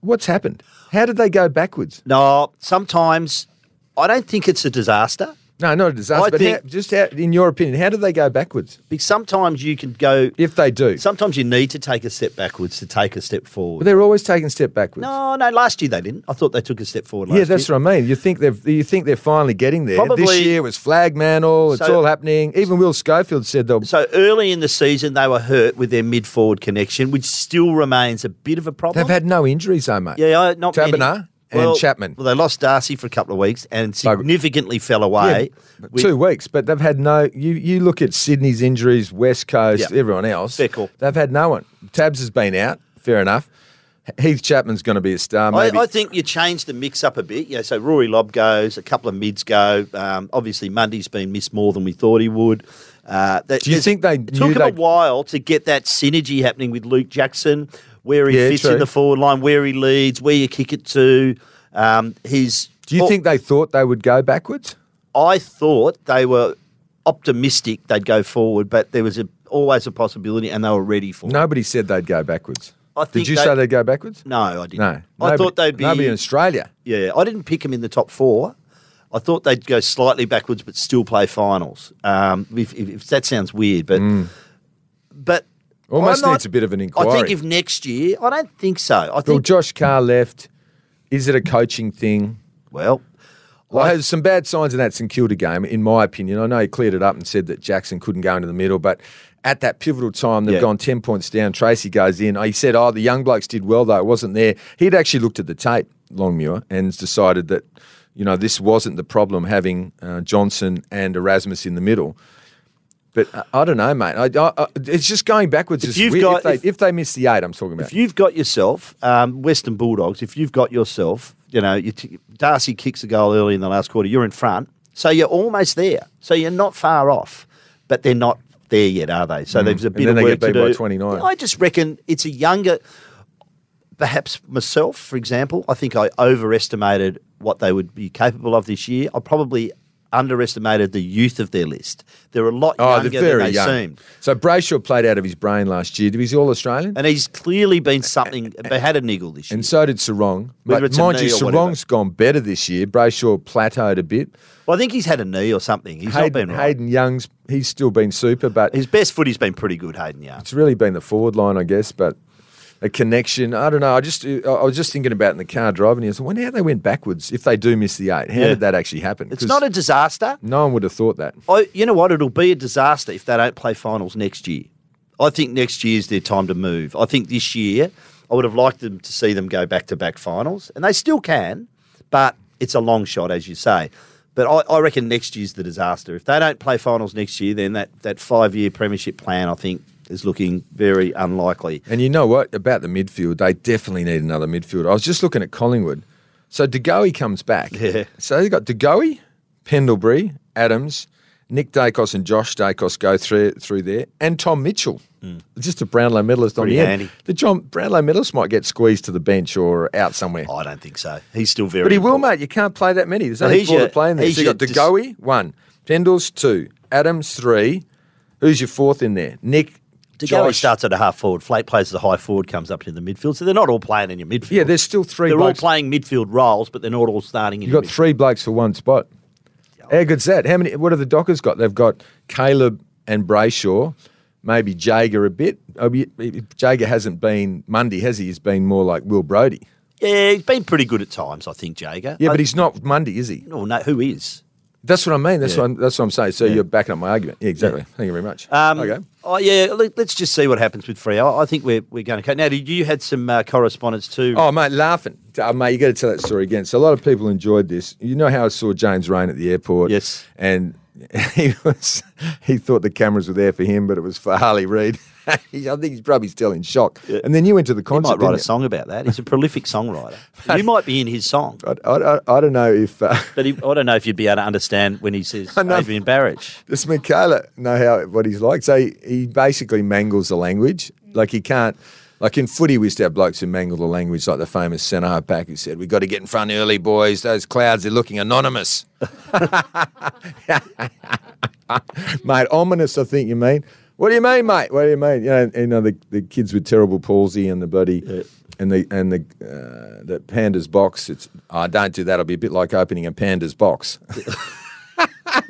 Speaker 4: What's happened? How did they go backwards?
Speaker 3: No, sometimes I don't think it's a disaster.
Speaker 4: No, not a disaster.
Speaker 3: I
Speaker 4: but
Speaker 3: think-
Speaker 4: how, just how, in your opinion, how did they go backwards?
Speaker 3: Because sometimes you can go.
Speaker 4: If they do,
Speaker 3: Sometimes you need to take a step backwards to take a step
Speaker 4: But
Speaker 3: forward.
Speaker 4: they're always taking a step backwards.
Speaker 3: No, no. Last year they didn't. I thought they took a step forward. Last
Speaker 4: yeah, that's
Speaker 3: year.
Speaker 4: what I mean. You think they've you think they're finally getting there. this
Speaker 3: Probably-
Speaker 4: year was flag mantle. It's
Speaker 3: So-
Speaker 4: all happening. Even Will Schofield said they'll.
Speaker 3: So early in the season they were hurt with their mid forward connection, which still remains a bit of a problem.
Speaker 4: They've had no injuries, though, mate.
Speaker 3: yeah, I- not many.
Speaker 4: Taberner and
Speaker 3: Well-
Speaker 4: Chapman.
Speaker 3: Well, they lost Darcy for a couple of weeks and significantly fell away.
Speaker 4: Yeah,
Speaker 3: We-
Speaker 4: two weeks, but they've had no. You you look at Sydney's injuries, West Coast,
Speaker 3: Yeah.
Speaker 4: everyone else.
Speaker 3: Fickle.
Speaker 4: They've had no one. Tabs has been out. Fair enough. Heath Chapman's going to be a star.
Speaker 3: I,
Speaker 4: Maybe
Speaker 3: I think you change the mix up a bit. Yeah, so Rory Lobb goes, a couple of mids go. Um, obviously, Mundy's been missed more than we thought he would. Uh, that-
Speaker 4: Do you
Speaker 3: there's-
Speaker 4: think they
Speaker 3: it took
Speaker 4: knew
Speaker 3: him a
Speaker 4: they-
Speaker 3: while to get that synergy happening with Luke Jackson, where he
Speaker 4: Yeah,
Speaker 3: fits in
Speaker 4: true.
Speaker 3: the forward line, where he leads, where you kick it to. Um, his
Speaker 4: Do you
Speaker 3: Oh,
Speaker 4: think they thought they would go backwards?
Speaker 3: I thought they were optimistic they'd go forward, but there was a, always a possibility, and they were ready for it.
Speaker 4: Nobody said they'd go backwards.
Speaker 3: I think
Speaker 4: Did you
Speaker 3: they-
Speaker 4: say they'd go backwards?
Speaker 3: No, I didn't.
Speaker 4: No.
Speaker 3: I
Speaker 4: Nobody-
Speaker 3: thought they'd be
Speaker 4: Nobody in Australia.
Speaker 3: Yeah, I didn't pick them in the top four. I thought they'd go slightly backwards, but still play finals. Um, if, if, if that sounds weird, but
Speaker 4: Mm.
Speaker 3: but
Speaker 4: Almost
Speaker 3: I'm
Speaker 4: needs a bit of an
Speaker 3: I think
Speaker 4: inquiry.
Speaker 3: if next year, I don't think so. I
Speaker 4: Well,
Speaker 3: think
Speaker 4: Josh Carr left. Is it a coaching thing?
Speaker 3: well,
Speaker 4: Well, there's some bad signs in that St Kilda game, in my opinion. I know he cleared it up and said that Jackson couldn't go into the middle, but at that pivotal time, they've
Speaker 3: Yeah.
Speaker 4: gone 10 points down. Tracy goes in. He said, Oh, the young blokes did well, though. It wasn't there. He'd actually looked at the tape, Longmuir, and decided that, you know, this wasn't the problem having uh, Johnson and Erasmus in the middle. But uh, I, I don't know, mate. I, I, I, it's just going backwards. If,
Speaker 3: you've got-
Speaker 4: if, they,
Speaker 3: if-
Speaker 4: if, they miss the eight, I'm talking about.
Speaker 3: if you've got yourself um, Western Bulldogs, if you've got yourself, you know, you t- Darcy kicks a goal early in the last quarter, you're in front, so you're almost there, so you're not far off, but they're not there yet, are they? So there's a bit
Speaker 4: Mm. then
Speaker 3: of
Speaker 4: they
Speaker 3: work
Speaker 4: get beat
Speaker 3: to
Speaker 4: by
Speaker 3: do.
Speaker 4: 29.
Speaker 3: I just reckon it's a younger, perhaps myself, for example. I think I overestimated what they would be capable of this year. I probably underestimated the youth of their list. They're a lot
Speaker 4: Oh,
Speaker 3: younger
Speaker 4: they're very
Speaker 3: than they
Speaker 4: young.
Speaker 3: seemed.
Speaker 4: So Brayshaw played out of his brain last year. He's all Australian.
Speaker 3: And he's clearly been something, they had a niggle this year.
Speaker 4: And so did Sarong.
Speaker 3: Whether
Speaker 4: But
Speaker 3: it's a
Speaker 4: mind
Speaker 3: knee
Speaker 4: you,
Speaker 3: or
Speaker 4: Sarong's gone better this year. Brayshaw plateaued a bit.
Speaker 3: Well, I think he's had a knee or something. He's not
Speaker 4: Hayden,
Speaker 3: been right.
Speaker 4: Hayden Young's he's still been super, but
Speaker 3: His best footy's been pretty good, Hayden Young.
Speaker 4: it's really been the forward line, I guess. But a connection, I don't know. I just I I was just thinking about it in the car driving. here. I was like, wonder how they went backwards if they do miss the eight. How
Speaker 3: Yeah.
Speaker 4: did that actually happen?
Speaker 3: It's
Speaker 4: 'Cause
Speaker 3: not a disaster.
Speaker 4: no one would have thought that.
Speaker 3: I, you know what? It'll be a disaster if they don't play finals next year. I think next year's their time to move. I think this year I would have liked them to see them go back to back finals, and they still can, but it's a long shot, as you say. But I, I reckon next year's the disaster. If they don't play finals next year, then that, that five year premiership plan, I think, is looking very unlikely.
Speaker 4: And you know what about the midfield? They definitely need another midfielder. I was just looking at Collingwood. So Degoe comes back.
Speaker 3: Yeah.
Speaker 4: So they've got Degoe, Pendlebury, Adams, Nick Dacos, and Josh Dacos go through through there, and Tom Mitchell, just a Brownlow medalist
Speaker 3: Hmm. Pretty
Speaker 4: on the
Speaker 3: handy.
Speaker 4: end. The John Brownlow medalist might get squeezed to the bench or out somewhere.
Speaker 3: I don't think so. He's still very.
Speaker 4: But he will,
Speaker 3: important.
Speaker 4: mate. You can't play that many. There's
Speaker 3: Oh, Well,
Speaker 4: only
Speaker 3: he's
Speaker 4: four
Speaker 3: your-
Speaker 4: to play in there.
Speaker 3: he's
Speaker 4: So you got
Speaker 3: your dis-
Speaker 4: Degoe, one. Pendles, two. Adams, three. Who's your fourth in there? Nick.
Speaker 3: Degoe
Speaker 4: Josh.
Speaker 3: starts at a half forward. Flake plays as a high forward, comes up into the midfield. So they're not all playing in your midfield.
Speaker 4: Yeah, there's still 3
Speaker 3: they're all
Speaker 4: blokes.
Speaker 3: playing midfield roles, but they're not all starting in
Speaker 4: You
Speaker 3: your
Speaker 4: got
Speaker 3: midfield.
Speaker 4: three blokes for one spot. How good's that? How many? What have the Dockers got? They've got Caleb and Brayshaw, maybe Jager a bit. Oh, but Jager hasn't been Mundy, has he? He's been more like Will Brody.
Speaker 3: Yeah, he's been pretty good at times, I think, Jager.
Speaker 4: Yeah, but
Speaker 3: I-
Speaker 4: he's not Mundy, is he?
Speaker 3: No, no, who is?
Speaker 4: That's what I mean. That's
Speaker 3: Yeah.
Speaker 4: what I'm, that's what I'm saying. So you're backing up my argument. Yeah, exactly.
Speaker 3: Yeah.
Speaker 4: Thank you very much.
Speaker 3: Um,
Speaker 4: okay.
Speaker 3: Oh, yeah, let, us just see what happens with Freo. I think we're, we're going to cut. Now, did you had some uh, correspondence too.
Speaker 4: Oh, mate, laughing. Oh, mate, you got to tell that story again. So a lot of people enjoyed this. You know how I saw James Rain at the airport?
Speaker 3: Yes.
Speaker 4: And (laughs) he was he thought the cameras were there for him, but it was for Harley Reid. (laughs) I think he's probably still in shock. And then you went to the
Speaker 3: he
Speaker 4: concert.
Speaker 3: might write a
Speaker 4: didn't
Speaker 3: song about that. He's a
Speaker 4: (laughs)
Speaker 3: prolific songwriter. You might be in his song,
Speaker 4: you? I, I, I- I don't know if uh, (laughs)
Speaker 3: but he, I don't know if you'd be able to understand when he says
Speaker 4: I know.
Speaker 3: Adrian Barrage.
Speaker 4: does Michaela know how what he's like. So he, he basically mangles the language. Like he can't. Like in footy, we used to have blokes who mangle the language, like the famous centre half back who said, "We got to get in front early, boys. Those clouds are looking anonymous." (laughs) Mate, ominous, I think you mean. What do you mean, mate? What do you mean? You know, you know the, the kids with terrible palsy and the bloody and the and the uh, the panda's box. It's I don't do that. It'll be a bit like opening a panda's box. (laughs)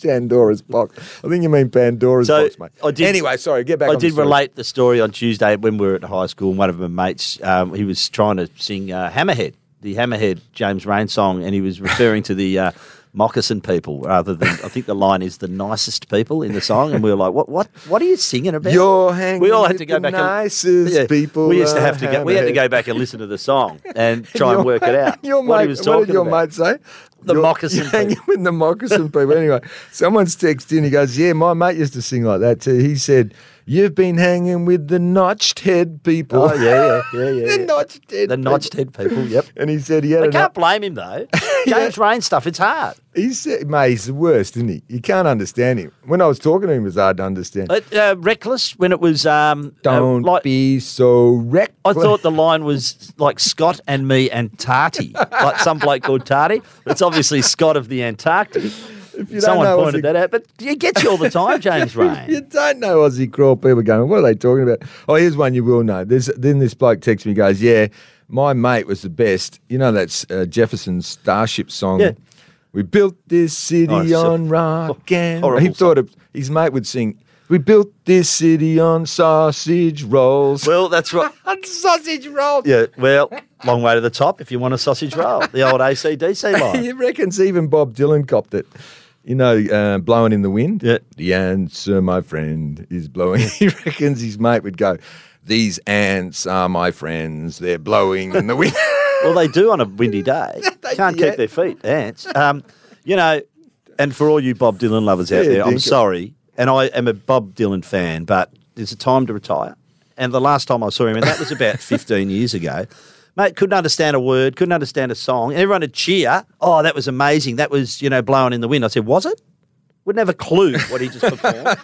Speaker 4: Pandora's box. I think you mean Pandora's
Speaker 3: So,
Speaker 4: box, mate.
Speaker 3: I did-
Speaker 4: anyway, sorry. Get back.
Speaker 3: I
Speaker 4: on the
Speaker 3: did
Speaker 4: story.
Speaker 3: relate the story on Tuesday when we were at high school, and one of my mates, um, he was trying to sing uh, Hammerhead, the Hammerhead James Rain song, and he was referring to the uh, moccasin people rather than, I think the line is the nicest people in the song, and we were like, what What? What are you singing about?
Speaker 4: You're hanging
Speaker 3: we all had
Speaker 4: with
Speaker 3: to go
Speaker 4: the
Speaker 3: back. and,
Speaker 4: nicest people
Speaker 3: We used to
Speaker 4: are
Speaker 3: have to go. We had to
Speaker 4: hammerhead.
Speaker 3: go back and listen to the song
Speaker 4: (laughs)
Speaker 3: and try and
Speaker 4: Your-
Speaker 3: work it out.
Speaker 4: Your
Speaker 3: what
Speaker 4: mate,
Speaker 3: he was
Speaker 4: what
Speaker 3: talking
Speaker 4: did your
Speaker 3: about.
Speaker 4: mate say?
Speaker 3: The
Speaker 4: Your-
Speaker 3: moccasin
Speaker 4: (laughs) you're hanging
Speaker 3: people.
Speaker 4: with the moccasin people. Anyway, someone's texted in. He goes, "Yeah, my mate used to sing like that too." He said, "You've been hanging with the notched head people."
Speaker 3: Oh yeah, yeah, yeah,
Speaker 4: (laughs)
Speaker 3: yeah.
Speaker 4: the notched head. people.
Speaker 3: the notched head people. Yep.
Speaker 4: And he said he had.
Speaker 3: I
Speaker 4: An,
Speaker 3: can't blame
Speaker 4: (laughs)
Speaker 3: him though. James Rain stuff. It's hard.
Speaker 4: he said, "Mate, he's the worst, isn't he? You can't understand him." When I was talking to him, it was hard to understand.
Speaker 3: Uh, uh, reckless when it was. Um, uh,
Speaker 4: Don't
Speaker 3: like-
Speaker 4: be so reckless.
Speaker 3: I thought the line was like Scott and me and Tarty, like some bloke called Tarty. It's obviously Scott of the Antarctic.
Speaker 4: don't
Speaker 3: Someone
Speaker 4: know,
Speaker 3: pointed
Speaker 4: it's a-
Speaker 3: that out, but it gets you all the time,
Speaker 4: (laughs)
Speaker 3: James
Speaker 4: You
Speaker 3: Rain.
Speaker 4: don't know Aussie crawl people going, what are they talking about? Oh, here's one you will know. There's, then this bloke texts me, he goes, yeah, my mate was the best. You know that's uh, Jefferson's Starship song.
Speaker 3: Yeah.
Speaker 4: We built this city
Speaker 3: Oh, it's a-
Speaker 4: on rock and...
Speaker 3: horrible
Speaker 4: He thought of, his mate would sing, we built this city on sausage rolls.
Speaker 3: Well, that's right.
Speaker 4: (laughs) on sausage rolls.
Speaker 3: Yeah, well, long way to the top if you want a sausage roll, the old ACDC
Speaker 4: (laughs)
Speaker 3: line.
Speaker 4: you reckons even Bob Dylan copped it. You know, uh, blowing in the wind.
Speaker 3: Yeah.
Speaker 4: The answer, my friend, is blowing. (laughs) he reckons his mate would go, "These ants are my friends. They're blowing in the
Speaker 3: (laughs)
Speaker 4: wind." (laughs)
Speaker 3: Well, they do on a windy day. Can't
Speaker 4: yeah.
Speaker 3: keep their feet, ants. Um, you know, and for all you Bob Dylan lovers out
Speaker 4: Yeah,
Speaker 3: there, I'm
Speaker 4: dinkum.
Speaker 3: sorry, and I am a Bob Dylan fan, but there's a time to retire. And the last time I saw him, and that was about 15 years ago, mate, couldn't understand a word, couldn't understand a song. And everyone would cheer, oh, that was amazing. That was, you know, blowing in the wind. I said, was it? Wouldn't have a clue what he just performed.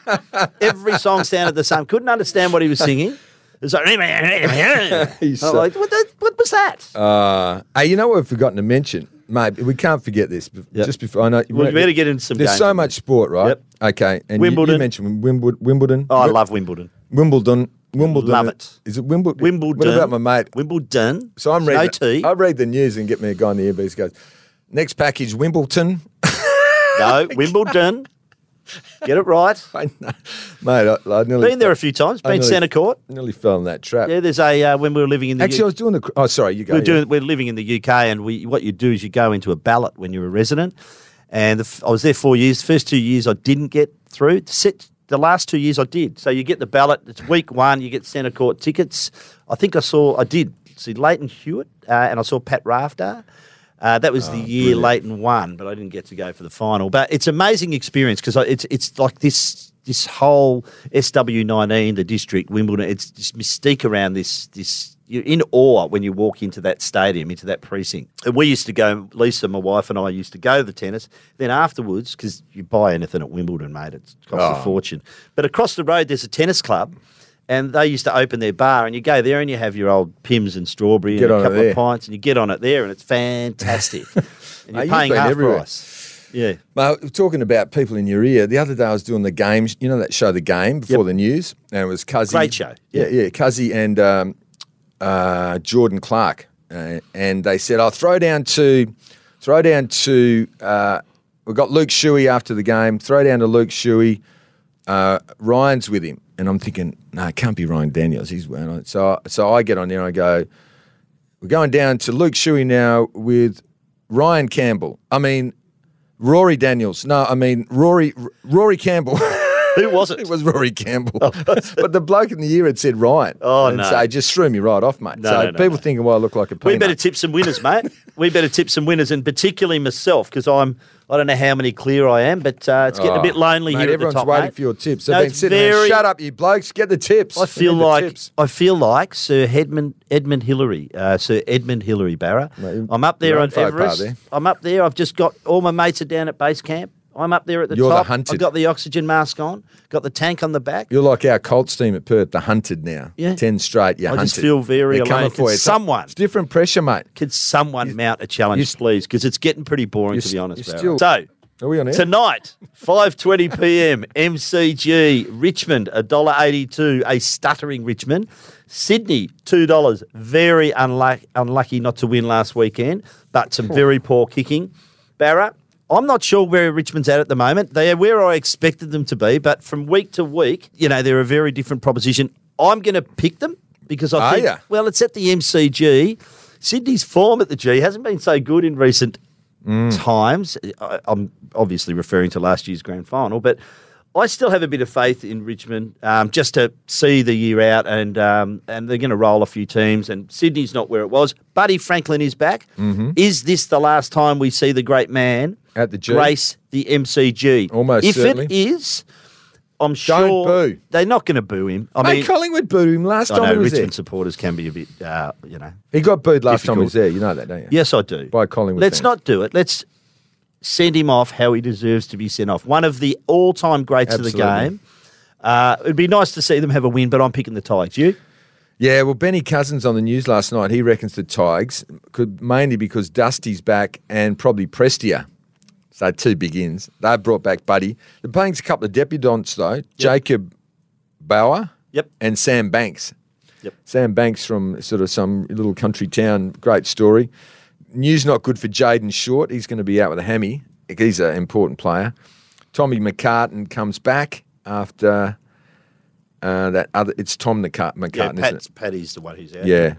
Speaker 3: Every song sounded the same. Couldn't understand what he was singing. It was like, (laughs)
Speaker 4: He's
Speaker 3: I'm
Speaker 4: so-
Speaker 3: like, what, the, what was that?
Speaker 4: uh, hey, you know what I've forgotten to mention, mate? We can't forget this. b-
Speaker 3: Yeah.
Speaker 4: Just before I know,
Speaker 3: Well, we better get into some
Speaker 4: There's
Speaker 3: games,
Speaker 4: so
Speaker 3: haven't we?
Speaker 4: much sport, right?
Speaker 3: Yep.
Speaker 4: Okay, and you- You,
Speaker 3: Wimbledon.
Speaker 4: mentioned Wimbledon. Wimbledon.
Speaker 3: Oh, I
Speaker 4: Wi-
Speaker 3: love Wimbledon.
Speaker 4: Wimbledon. Wimbledon.
Speaker 3: Love it.
Speaker 4: Is it Wimbledon?
Speaker 3: Wimbledon.
Speaker 4: What about my mate?
Speaker 3: Wimbledon.
Speaker 4: So I'm
Speaker 3: no
Speaker 4: reading.
Speaker 3: tea.
Speaker 4: I read the news and get me a guy in the earpiece. Goes next package Wimbledon. (laughs)
Speaker 3: No, Wimbledon. Get it
Speaker 4: (laughs)
Speaker 3: right.
Speaker 4: I know. Mate, I, I nearly
Speaker 3: Been there a few times.
Speaker 4: I
Speaker 3: Been
Speaker 4: know.
Speaker 3: centre court.
Speaker 4: nearly fell in that trap.
Speaker 3: Yeah, there's a uh, when we were living in the
Speaker 4: Actually, I
Speaker 3: U-
Speaker 4: was doing the. cr- Oh, sorry, you go.
Speaker 3: we were
Speaker 4: yeah.
Speaker 3: doing we're living in the UK, and we what you do is you go into a ballot when you're a resident. And the, f- I was there four years. The first two years I didn't get through. Sit, the last two years I did. So you get the ballot. It's week one. You get centre court tickets. I think I saw. I did see Leighton Hewitt, uh, and I saw Pat Rafter. Uh, that
Speaker 4: Ah,
Speaker 3: was the year Leighton won, but I didn't get to go for the final. But it's an amazing experience because it's it's like this this whole SW19, the district, Wimbledon. It's this mystique around this this. You're in awe when you walk into that stadium, into that precinct. And we used to go. Lisa, my wife, and I used to go to the tennis. Then afterwards, because you buy anything at Wimbledon, mate, it costs
Speaker 4: Ah.
Speaker 3: a fortune. But across the road, there's a tennis club, and they used to open their bar. And you go there, and you have your old pims and strawberry,
Speaker 4: Get
Speaker 3: and
Speaker 4: on
Speaker 3: a
Speaker 4: it
Speaker 3: couple
Speaker 4: there.
Speaker 3: of pints, and you get on it there, and
Speaker 4: (laughs)
Speaker 3: it's fantastic. and
Speaker 4: Oh,
Speaker 3: you're
Speaker 4: you've
Speaker 3: paying
Speaker 4: been
Speaker 3: half
Speaker 4: everywhere.
Speaker 3: price. Yeah.
Speaker 4: Mate, we're talking about people in your ear. The other day I was doing the game, sh- you know that show, The Game, before the news, and it was Cuzzy.
Speaker 3: Great show.
Speaker 4: Yeah, yeah, Cuzzy and um, uh, Jordan Clark, uh, and they said, "I'll throw down to, throw down to." Uh, we got Luke Shuey after the game. Throw down to Luke Shuey. Uh, Ryan's with him, and I'm thinking, no, it can't be Ryan Daniels. He's wearing it. So, so I get on there and I go, we're going down to Luke Shuey now with Ryan Campbell. I mean, Rory Daniels. No, I mean Rory Rory Campbell. (laughs)
Speaker 3: Who was it?
Speaker 4: it was Rory
Speaker 3: (laughs)
Speaker 4: Campbell. but the bloke in the year had said Ryan.
Speaker 3: Oh,
Speaker 4: and
Speaker 3: no.
Speaker 4: So it just threw me right off, mate.
Speaker 3: No,
Speaker 4: so
Speaker 3: no, no,
Speaker 4: people
Speaker 3: no.
Speaker 4: thinking, well, I look like a
Speaker 3: We
Speaker 4: peanut.
Speaker 3: better tip some
Speaker 4: (laughs)
Speaker 3: winners, mate. we better tip some winners, and particularly myself because I'm. I don't know how many clear I am, but uh, it's getting a bit lonely
Speaker 4: Oh, mate,
Speaker 3: here at the
Speaker 4: everyone's
Speaker 3: top,
Speaker 4: waiting
Speaker 3: mate.
Speaker 4: for your tips.
Speaker 3: No,
Speaker 4: I've been
Speaker 3: it's
Speaker 4: sitting there,
Speaker 3: very-
Speaker 4: Shut up, you blokes. Get the tips.
Speaker 3: I feel
Speaker 4: We need the
Speaker 3: like
Speaker 4: tips.
Speaker 3: I feel like Sir Edmund Edmund Hillary, uh, Sir Edmund Hillary Barra.
Speaker 4: Mate,
Speaker 3: I'm up there
Speaker 4: you're
Speaker 3: on
Speaker 4: on fire,
Speaker 3: Everest.
Speaker 4: pal, there.
Speaker 3: I'm up there. I've just got all my mates are down at base camp. I'm up there at the
Speaker 4: You're the
Speaker 3: top.
Speaker 4: hunted.
Speaker 3: I've got the oxygen mask on. Got the tank on the back.
Speaker 4: You're like our Colts team at Perth, the hunted now.
Speaker 3: Yeah.
Speaker 4: Ten straight. Yeah,
Speaker 3: I just
Speaker 4: hunted.
Speaker 3: feel very
Speaker 4: They're coming
Speaker 3: alone.
Speaker 4: for you. It's-
Speaker 3: Someone-
Speaker 4: It's different pressure, mate.
Speaker 3: Could someone mount a challenge,
Speaker 4: you-
Speaker 3: please? Because it's getting pretty boring,
Speaker 4: you
Speaker 3: to be
Speaker 4: st-
Speaker 3: honest.
Speaker 4: you
Speaker 3: Barra.
Speaker 4: still-
Speaker 3: so,
Speaker 4: Are we on air?
Speaker 3: Tonight, 5:20 p.m. MCG Richmond $1.82, a stuttering Richmond. Sydney $2, very unluck- unlucky not to win last weekend, but some very poor kicking. Barra, I'm not sure where Richmond's at at the moment. They are where I expected them to be, but from week to week, you know, they're a very different proposition. I'm going to pick them because I
Speaker 4: Are
Speaker 3: think
Speaker 4: ya?
Speaker 3: well, it's at the MCG. Sydney's form at the G hasn't been so good in recent
Speaker 4: Hmm.
Speaker 3: times. I, I'm obviously referring to last year's grand final, but I still have a bit of faith in Richmond um, just to see the year out, and um, and they're going to roll a few teams. And Sydney's not where it was. Buddy Franklin is back. Is this the last time we see the great man
Speaker 4: Mm-hmm. At the G?
Speaker 3: grace the MCG?
Speaker 4: Almost
Speaker 3: If
Speaker 4: certainly.
Speaker 3: it is, I'm sure
Speaker 4: Don't boo.
Speaker 3: they're not going to boo him. I
Speaker 4: Mate,
Speaker 3: mean,
Speaker 4: Collingwood booed him last
Speaker 3: I
Speaker 4: time
Speaker 3: know
Speaker 4: he was
Speaker 3: Richmond
Speaker 4: there.
Speaker 3: supporters can be a bit, uh, you know.
Speaker 4: He got booed last time he
Speaker 3: Difficult.
Speaker 4: was there. You know that, don't you?
Speaker 3: Yes, I do.
Speaker 4: By Collingwood
Speaker 3: Let's
Speaker 4: fans.
Speaker 3: not do it. Let's send him off how he deserves to be sent off. One of the all-time greats of the
Speaker 4: Absolutely.
Speaker 3: game. Uh, it'd be nice to see them have a win, but I'm picking the Tigers. You?
Speaker 4: Yeah, well, Benny Cousins on the news last night, he reckons the Tigers could mainly because Dusty's back and probably Prestia. So two big ins. They brought back Buddy. They're paying a couple of debutants though, Jacob Bauer
Speaker 3: Yep.
Speaker 4: and Sam Banks.
Speaker 3: Yep.
Speaker 4: Sam Banks from sort of some little country town. Great story. News not good for Jaden Short. He's going to be out with a hammy. He's an important player. Tommy McCartan comes back after uh, that other. It's Tom McCart- McCartan, isn't it?
Speaker 3: Paddy's the one who's out.
Speaker 4: Yeah.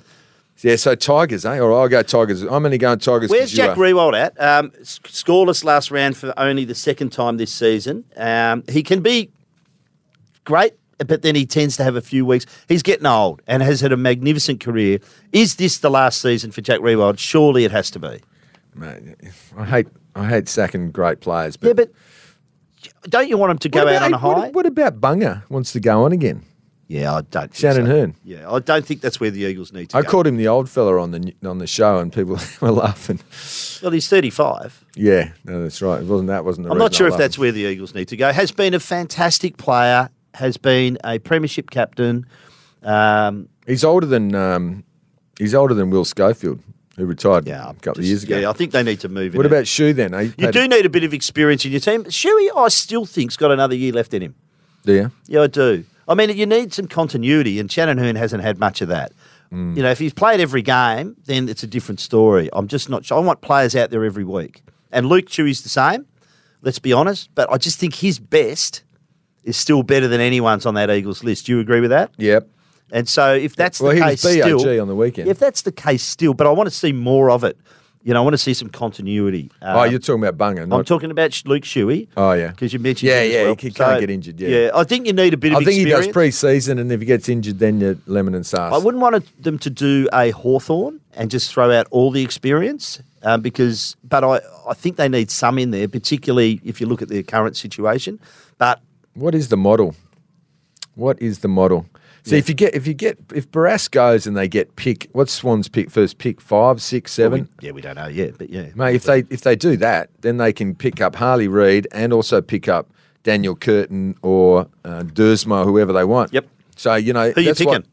Speaker 4: Yeah, so Tigers, eh? Or I'll go Tigers. I'm only going Tigers. 'cause
Speaker 3: Where's
Speaker 4: you
Speaker 3: Jack
Speaker 4: are-
Speaker 3: Rewald at? Um, s- scoreless last round for only the second time this season. Um, he can be great, but then he tends to have a few weeks. He's getting old and has had a magnificent career. Is this the last season for Jack Rewald? Surely it has to be.
Speaker 4: Mate, I hate I hate sacking great players, but,
Speaker 3: Yeah, but don't you want him to
Speaker 4: what
Speaker 3: go out
Speaker 4: about-
Speaker 3: on a high?
Speaker 4: What, what about Bunger wants to go on again?
Speaker 3: yeah, I don't. Think
Speaker 4: Shannon
Speaker 3: so.
Speaker 4: Hearn.
Speaker 3: Yeah, I don't think that's where the Eagles need to
Speaker 4: I
Speaker 3: go.
Speaker 4: called him the old fella on the n- on the show, and people (laughs) were laughing.
Speaker 3: well, he's thirty-five.
Speaker 4: Yeah, no, that's right. It wasn't that wasn't. The
Speaker 3: I'm not
Speaker 4: reason I
Speaker 3: sure if
Speaker 4: laughed.
Speaker 3: that's where the Eagles need to go. Has been a fantastic player. Has been a premiership captain. Um,
Speaker 4: he's older than um, he's older than Will Schofield, who retired
Speaker 3: yeah,
Speaker 4: a couple of
Speaker 3: just-
Speaker 4: years ago.
Speaker 3: Yeah, I think they need to move.
Speaker 4: what
Speaker 3: in
Speaker 4: about Shoe then? eh?
Speaker 3: you? Do need a bit of experience in your team. Shuey, I still think's got another year left in him.
Speaker 4: do you?
Speaker 3: Yeah, I do. I mean, you need some continuity, and Shannon Hearn hasn't had much of that.
Speaker 4: Mm.
Speaker 3: You know, if he's played every game, then it's a different story. I'm just not sure. I want players out there every week. And Luke Chewy's the same, let's be honest. But I just think his best is still better than anyone's on that Eagles list. Do you agree with that?
Speaker 4: Yep.
Speaker 3: And so if that's
Speaker 4: Well,
Speaker 3: the
Speaker 4: he
Speaker 3: case
Speaker 4: was BOG
Speaker 3: still,
Speaker 4: on the weekend.
Speaker 3: If that's the case still, but I want to see more of it. You know, I want to see some continuity. Uh,
Speaker 4: oh, you're talking about Bunger. Not,
Speaker 3: I'm talking about Sh- Luke Shuey.
Speaker 4: Oh, yeah.
Speaker 3: because you mentioned
Speaker 4: Yeah,
Speaker 3: him as
Speaker 4: yeah,
Speaker 3: well.
Speaker 4: he can't get injured, yeah.
Speaker 3: I think you need a bit
Speaker 4: I
Speaker 3: of.
Speaker 4: think
Speaker 3: experience.
Speaker 4: he does pre-season, and if he gets injured, then you're lemon and sars.
Speaker 3: I wouldn't want it- them to do a Hawthorn and just throw out all the experience um, because, but I, I think they need some in there, particularly if you look at their current situation. But
Speaker 4: What is the model? What is the model? See, if you get if you get if Barras goes and they get pick, what's Swan's pick first? Pick five, six, seven.
Speaker 3: we, yeah, we don't know yet, but yeah.
Speaker 4: Mate, if they if they do that, then they can pick up Harley Reid and also pick up Daniel Curtin or uh, Dersma, whoever they want.
Speaker 3: Yep.
Speaker 4: So you know
Speaker 3: Who you
Speaker 4: that's
Speaker 3: picking?
Speaker 4: what-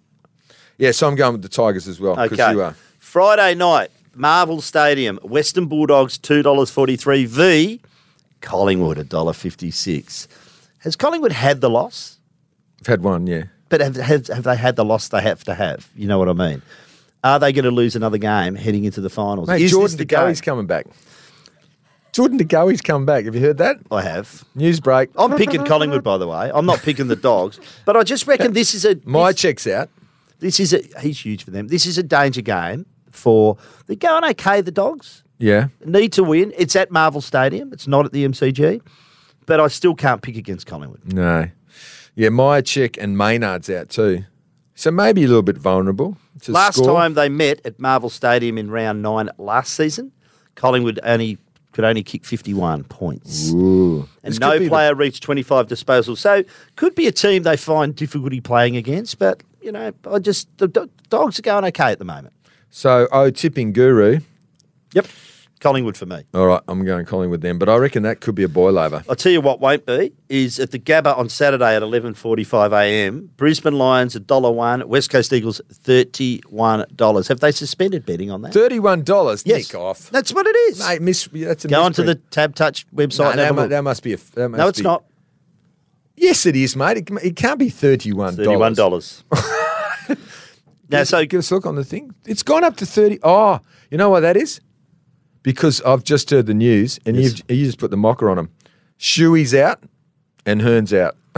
Speaker 4: yeah, so I'm going with the Tigers as well because
Speaker 3: Okay.
Speaker 4: you are.
Speaker 3: Friday night, Marvel Stadium, Western Bulldogs two dollars forty three v Collingwood a dollar fifty six. Has Collingwood had the loss?
Speaker 4: I've had one, yeah.
Speaker 3: But have, have, have they had the loss they have to have? You know what I mean? Are they going to lose another game heading into the finals?
Speaker 4: Mate,
Speaker 3: Is
Speaker 4: Jordan
Speaker 3: this the
Speaker 4: DeGoey's
Speaker 3: game?
Speaker 4: coming back. Jordan DeGoey's come back. Have you heard that?
Speaker 3: I have.
Speaker 4: News break.
Speaker 3: I'm picking Collingwood, by the way. I'm not picking
Speaker 4: (laughs)
Speaker 3: the dogs, but I just reckon this is a
Speaker 4: My
Speaker 3: this,
Speaker 4: checks out.
Speaker 3: this is a he's huge for them. This is a danger game for they're going okay. The dogs
Speaker 4: Yeah.
Speaker 3: need to win. It's at Marvel Stadium. It's not at the MCG, but I still can't pick against Collingwood.
Speaker 4: No. Yeah, Myerchick and Maynard's out too. So maybe a little bit vulnerable. to
Speaker 3: last
Speaker 4: score.
Speaker 3: time they met at Marvel Stadium in round nine last season, Collingwood only could only kick 51 points.
Speaker 4: This
Speaker 3: And
Speaker 4: could
Speaker 3: no
Speaker 4: be the-
Speaker 3: player reached 25 disposals. So could be a team they find difficulty playing against, but you know, I just the do- dogs are going okay at the moment.
Speaker 4: So, oh, tipping guru.
Speaker 3: Yep. Collingwood for me.
Speaker 4: All right, I'm going Collingwood then, but I reckon that could be a boil over.
Speaker 3: I'll tell you what won't be is at the Gabba on Saturday at 11:45 a.m. Brisbane Lions $1.01, West Coast Eagles $31. Have they suspended betting on that?
Speaker 4: Thirty-one dollars. Nick off.
Speaker 3: That's what it is.
Speaker 4: Mate, miss. That's a
Speaker 3: Go onto the
Speaker 4: misprint.
Speaker 3: Tab Touch
Speaker 4: No,
Speaker 3: website. and
Speaker 4: that,
Speaker 3: have a
Speaker 4: mu-
Speaker 3: look.
Speaker 4: that must be a. f- That must
Speaker 3: no, it's
Speaker 4: be-
Speaker 3: not.
Speaker 4: Yes, it is, mate. It, it can't be thirty-one dollars.
Speaker 3: Thirty-one dollars.
Speaker 4: (laughs)
Speaker 3: now, so
Speaker 4: Give us a look on the thing. It's gone up to thirty. Oh, you know why that is? Because I've just heard the news, and
Speaker 3: Yes.
Speaker 4: you've, you just put the mocker on them. Shuey's out, and Hearn's out. (laughs)